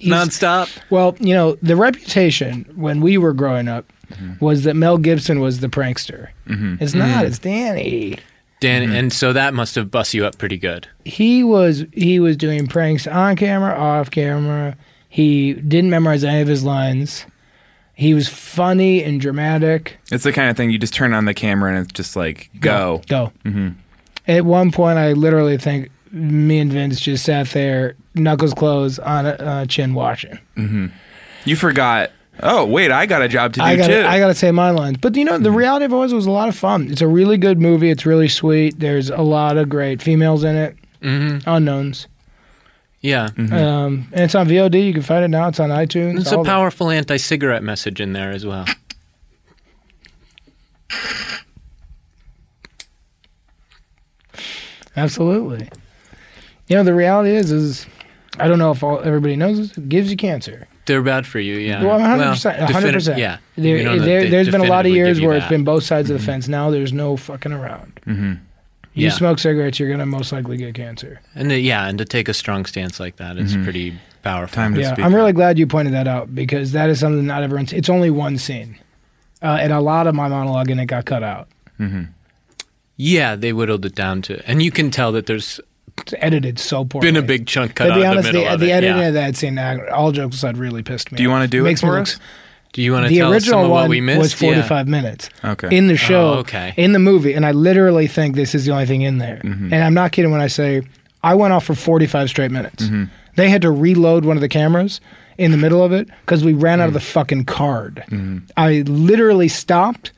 nonstop? Well, you know, the reputation when we were growing up was that Mel Gibson was the prankster. Mm-hmm. It's not, it's Danny. Dan, and so that must have bust you up pretty good. He was he was doing pranks on camera, off camera. He didn't memorize any of his lines. He was funny and dramatic. It's the kind of thing you just turn on the camera and it's just like go Go. Mm-hmm. hmm At one point, I literally think me and Vince just sat there, knuckles closed, on a uh, chin washing. hmm You forgot. Oh wait, I got a job to do I gotta, too. I gotta say my lines. But you know, the reality of it was it was a lot of fun. It's a really good movie. It's really sweet. There's a lot of great females in it, Mm-hmm. unknowns. Yeah. Um, and it's on VOD. You can find it now. It's on iTunes. There's a all that. powerful anti cigarette message in there as well. Absolutely. You know, the reality is, is I don't know if all, everybody knows this. It gives you cancer. They're bad for you, yeah. Well, 100%. Well, 100%. defini- yeah. There, We know that there, they has been a lot of definitively years give you where it's that. Mm-hmm. been both sides of the fence. Now there's no fucking around. You Yeah. smoke cigarettes, you're going to most likely get cancer. And to, yeah, and to take a strong stance like that is Mm-hmm. pretty powerful. yeah, I'm really glad you pointed that out because that is something not everyone's. It's only one scene, uh, and a lot of my monologue and it got cut out. Mm-hmm. Yeah, they whittled it down to, and you can tell that there's It's edited so poorly. been a big chunk cut to out be of honest, the middle the, of the it. editing yeah. of that scene, uh, all jokes aside, really pissed me. Do you want to do it Makes me for look- us? Do you want to the tell us some original of what one we missed? was Yeah. 45 minutes Okay. in the show Oh, okay. in the movie and i literally think this is the only thing in there and i'm not kidding when i say i went off for 45 straight minutes they had to reload one of the cameras in the middle of it because we ran out of the fucking card i literally stopped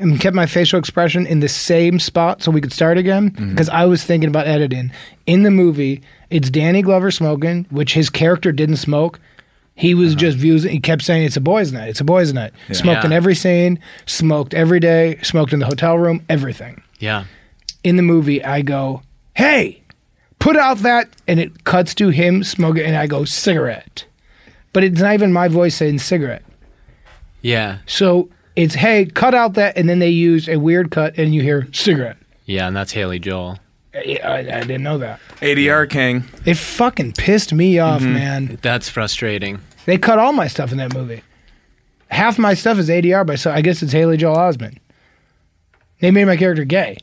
and kept my facial expression in the same spot so we could start again Mm-hmm. because I was thinking about editing. In the movie, it's Danny Glover smoking, which his character didn't smoke. He was just views. He kept saying it's a boys' night. It's a boys' night. Uh-huh. Yeah. Smoked in Yeah. every scene. Smoked every day. Smoked in the hotel room. Everything. Yeah. In the movie, I go, "Hey, put out that," and it cuts to him smoking, and I go, "Cigarette," but it's not even my voice saying cigarette. Yeah. So it's hey, cut out that, and then they use a weird cut, and you hear cigarette. Yeah, and that's Haley Joel. I, I- I didn't know that. ADR King. It fucking pissed me off, man. That's frustrating. They cut all my stuff in that movie. Half my stuff is ADR, but so I guess it's Haley Joel Osment. They made my character gay.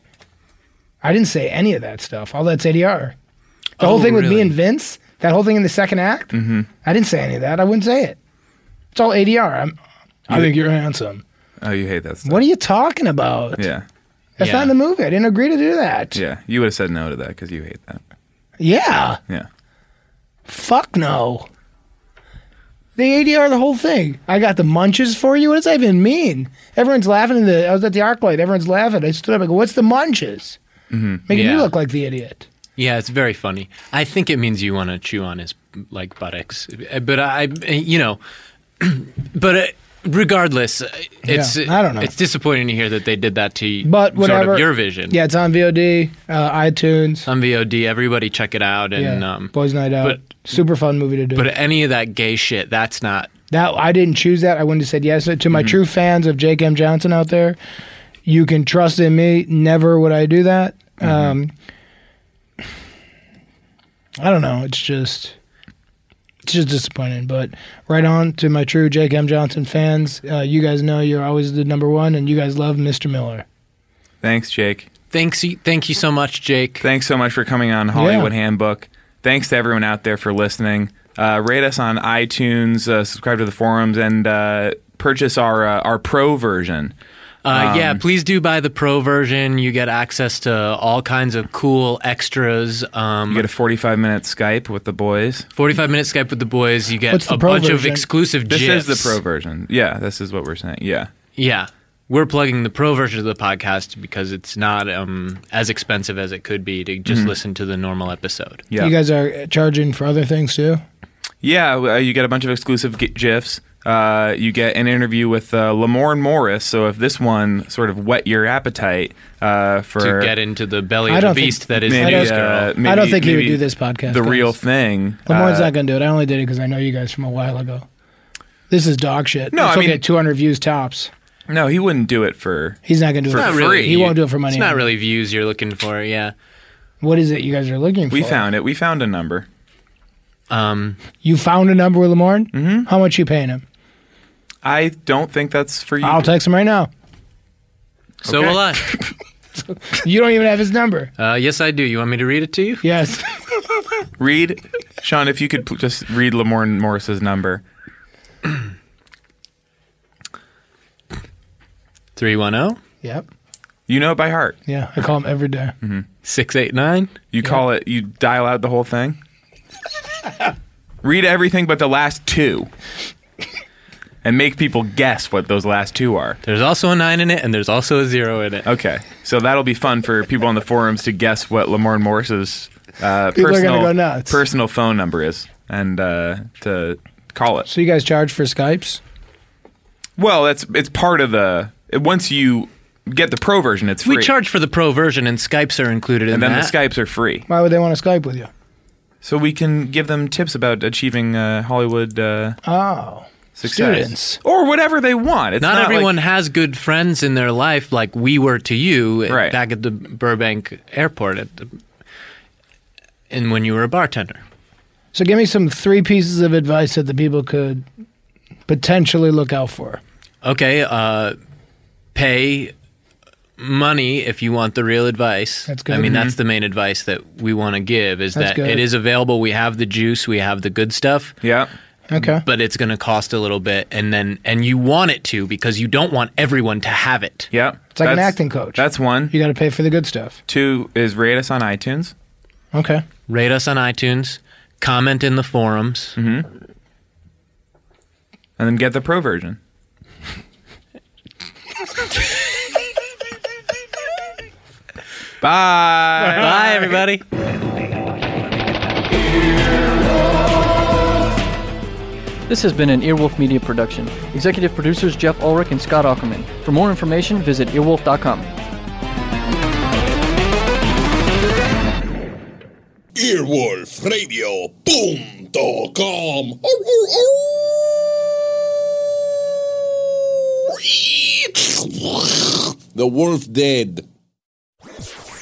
I didn't say any of that stuff. All that's ADR. The Oh, whole thing with me really? and Vince, that whole thing in the second act, Mm-hmm. I didn't say any of that. I wouldn't say it. It's all ADR. I'm, I think you're handsome. Oh, you hate that stuff. What are you talking about? Yeah, That's not in the movie. I didn't agree to do that. yeah. You would have said no to that because you hate that. Yeah. Yeah. Fuck no. They ADR the whole thing. I got the munches for you. What does that even mean? Everyone's laughing. In the I was at the ArcLight. Everyone's laughing. I stood up. I go, "What's the munches?" Mm-hmm. Making yeah. you look like the idiot. Yeah, it's very funny. I think it means you want to chew on his like buttocks, Uh, but I, you know, but uh, regardless, uh, it's Yeah, I don't know. It's disappointing to hear that they did that to But whatever. sort of your vision. Yeah, it's on VOD, uh, iTunes. on VOD. Everybody check it out, and yeah, um, Boys Night Out. but- Super fun movie to do. but any of that gay shit, that's not. that I didn't choose that. I wouldn't have said yes to Mm-hmm. my true fans of Jake M. Johnson out there. You can trust in me. Never would I do that. Mm-hmm. Um, I don't know. It's just, it's just disappointing. But right on to my true Jake M. Johnson fans. Uh, you guys know you're always the number one, and you guys love Mr. Miller. Thanks, Jake. Thanks, thank you so much, Jake. Thanks so much for coming on Hollywood Handbook. Thanks to everyone out there for listening. Uh, rate us on iTunes, uh, subscribe to the forums, and uh, purchase our uh, our pro version. Uh, Um, yeah, please do buy the pro version. You get access to all kinds of cool extras. Um, You get a 45 minute Skype with the boys. 45 minute Skype with the boys. You What's get the a pro bunch of version? exclusive This is GIFs. the pro version. Yeah, this is what we're saying. Yeah. Yeah. We're plugging the pro version of the podcast because it's not um, as expensive as it could be to just Mhm. listen to the normal episode. You guys are charging for other things too. Yeah, uh, you get a bunch of exclusive g- GIFs. Uh, you get an interview with uh, Lamorne Morris. So if this one sort of whet your appetite uh, for uh, to get into the belly I of the don't think- uh, beast that is I the don't- news girl. I don't think he would do this podcast, The guys. real thing. Lamont's uh, not going to do it. I only did it because I know you guys from a while ago. This is dog shit. No, This I will mean- get 200 views tops. No, he wouldn't do it for. He's not going to do for it for free. free. He won't do it for money. It's not really views you're looking for. Yeah. What is it you guys are looking for? We found it. We found a number. Um, You found a number with Lamorne? Mm-hmm. How much you paying him? I don't think that's for you. I'll text him right now. So Okay. will I. You don't even have his number. Uh, yes, I do. You want me to read it to you? Yes. Read, Sean, if you could pl- just read Lamorne Morris's number. 310 Yep. You know it by heart. Yeah. I call him every day. Mm-hmm. 689. You call it, you dial out the whole thing. Read everything but the last two. And make people guess what those last two are. There's also a nine in it, and there's also a zero in it. Okay. So that'll be fun for people on the forums to guess what Lamorne Morris's uh, People are gonna personal, go nuts. personal phone number is and uh, to call it. So you guys charge for Skypes? Well, that's it's part of the. Once you get the pro version, it's free. We charge for the pro version, and Skypes are included in and then that. the Skypes are free. Why would they want to Skype with you? So we can give them tips about achieving uh, Hollywood uh, Oh. success. Students. Or whatever they want. It's not, not, like- everyone has good friends in their life like we were to you at- back at the Burbank airport at the, and when you were a bartender. So give me some three pieces of advice that the people could potentially look out for. Okay, uh, pay money if you want the real advice. That's good. I mean, that's Mhm. the main advice that we want to give is That's that good. it is available. We have the juice, we have the good stuff. Yeah. Okay. But it's going to cost a little bit, and then and you want it to because you don't want everyone to have it. Yeah, It's like an That's- acting coach. That's one. You got to pay for the good stuff. Two is rate us on iTunes. Okay. Rate us on iTunes. Comment in the forums. Mm-hmm. And then get the pro version. Bye. Bye, everybody. This has been an Earwolf Media production. Executive producers Jeff Ulrich and Scott Ackerman. For more information, visit earwolf.com. Earwolfradio.com. The wolf dead.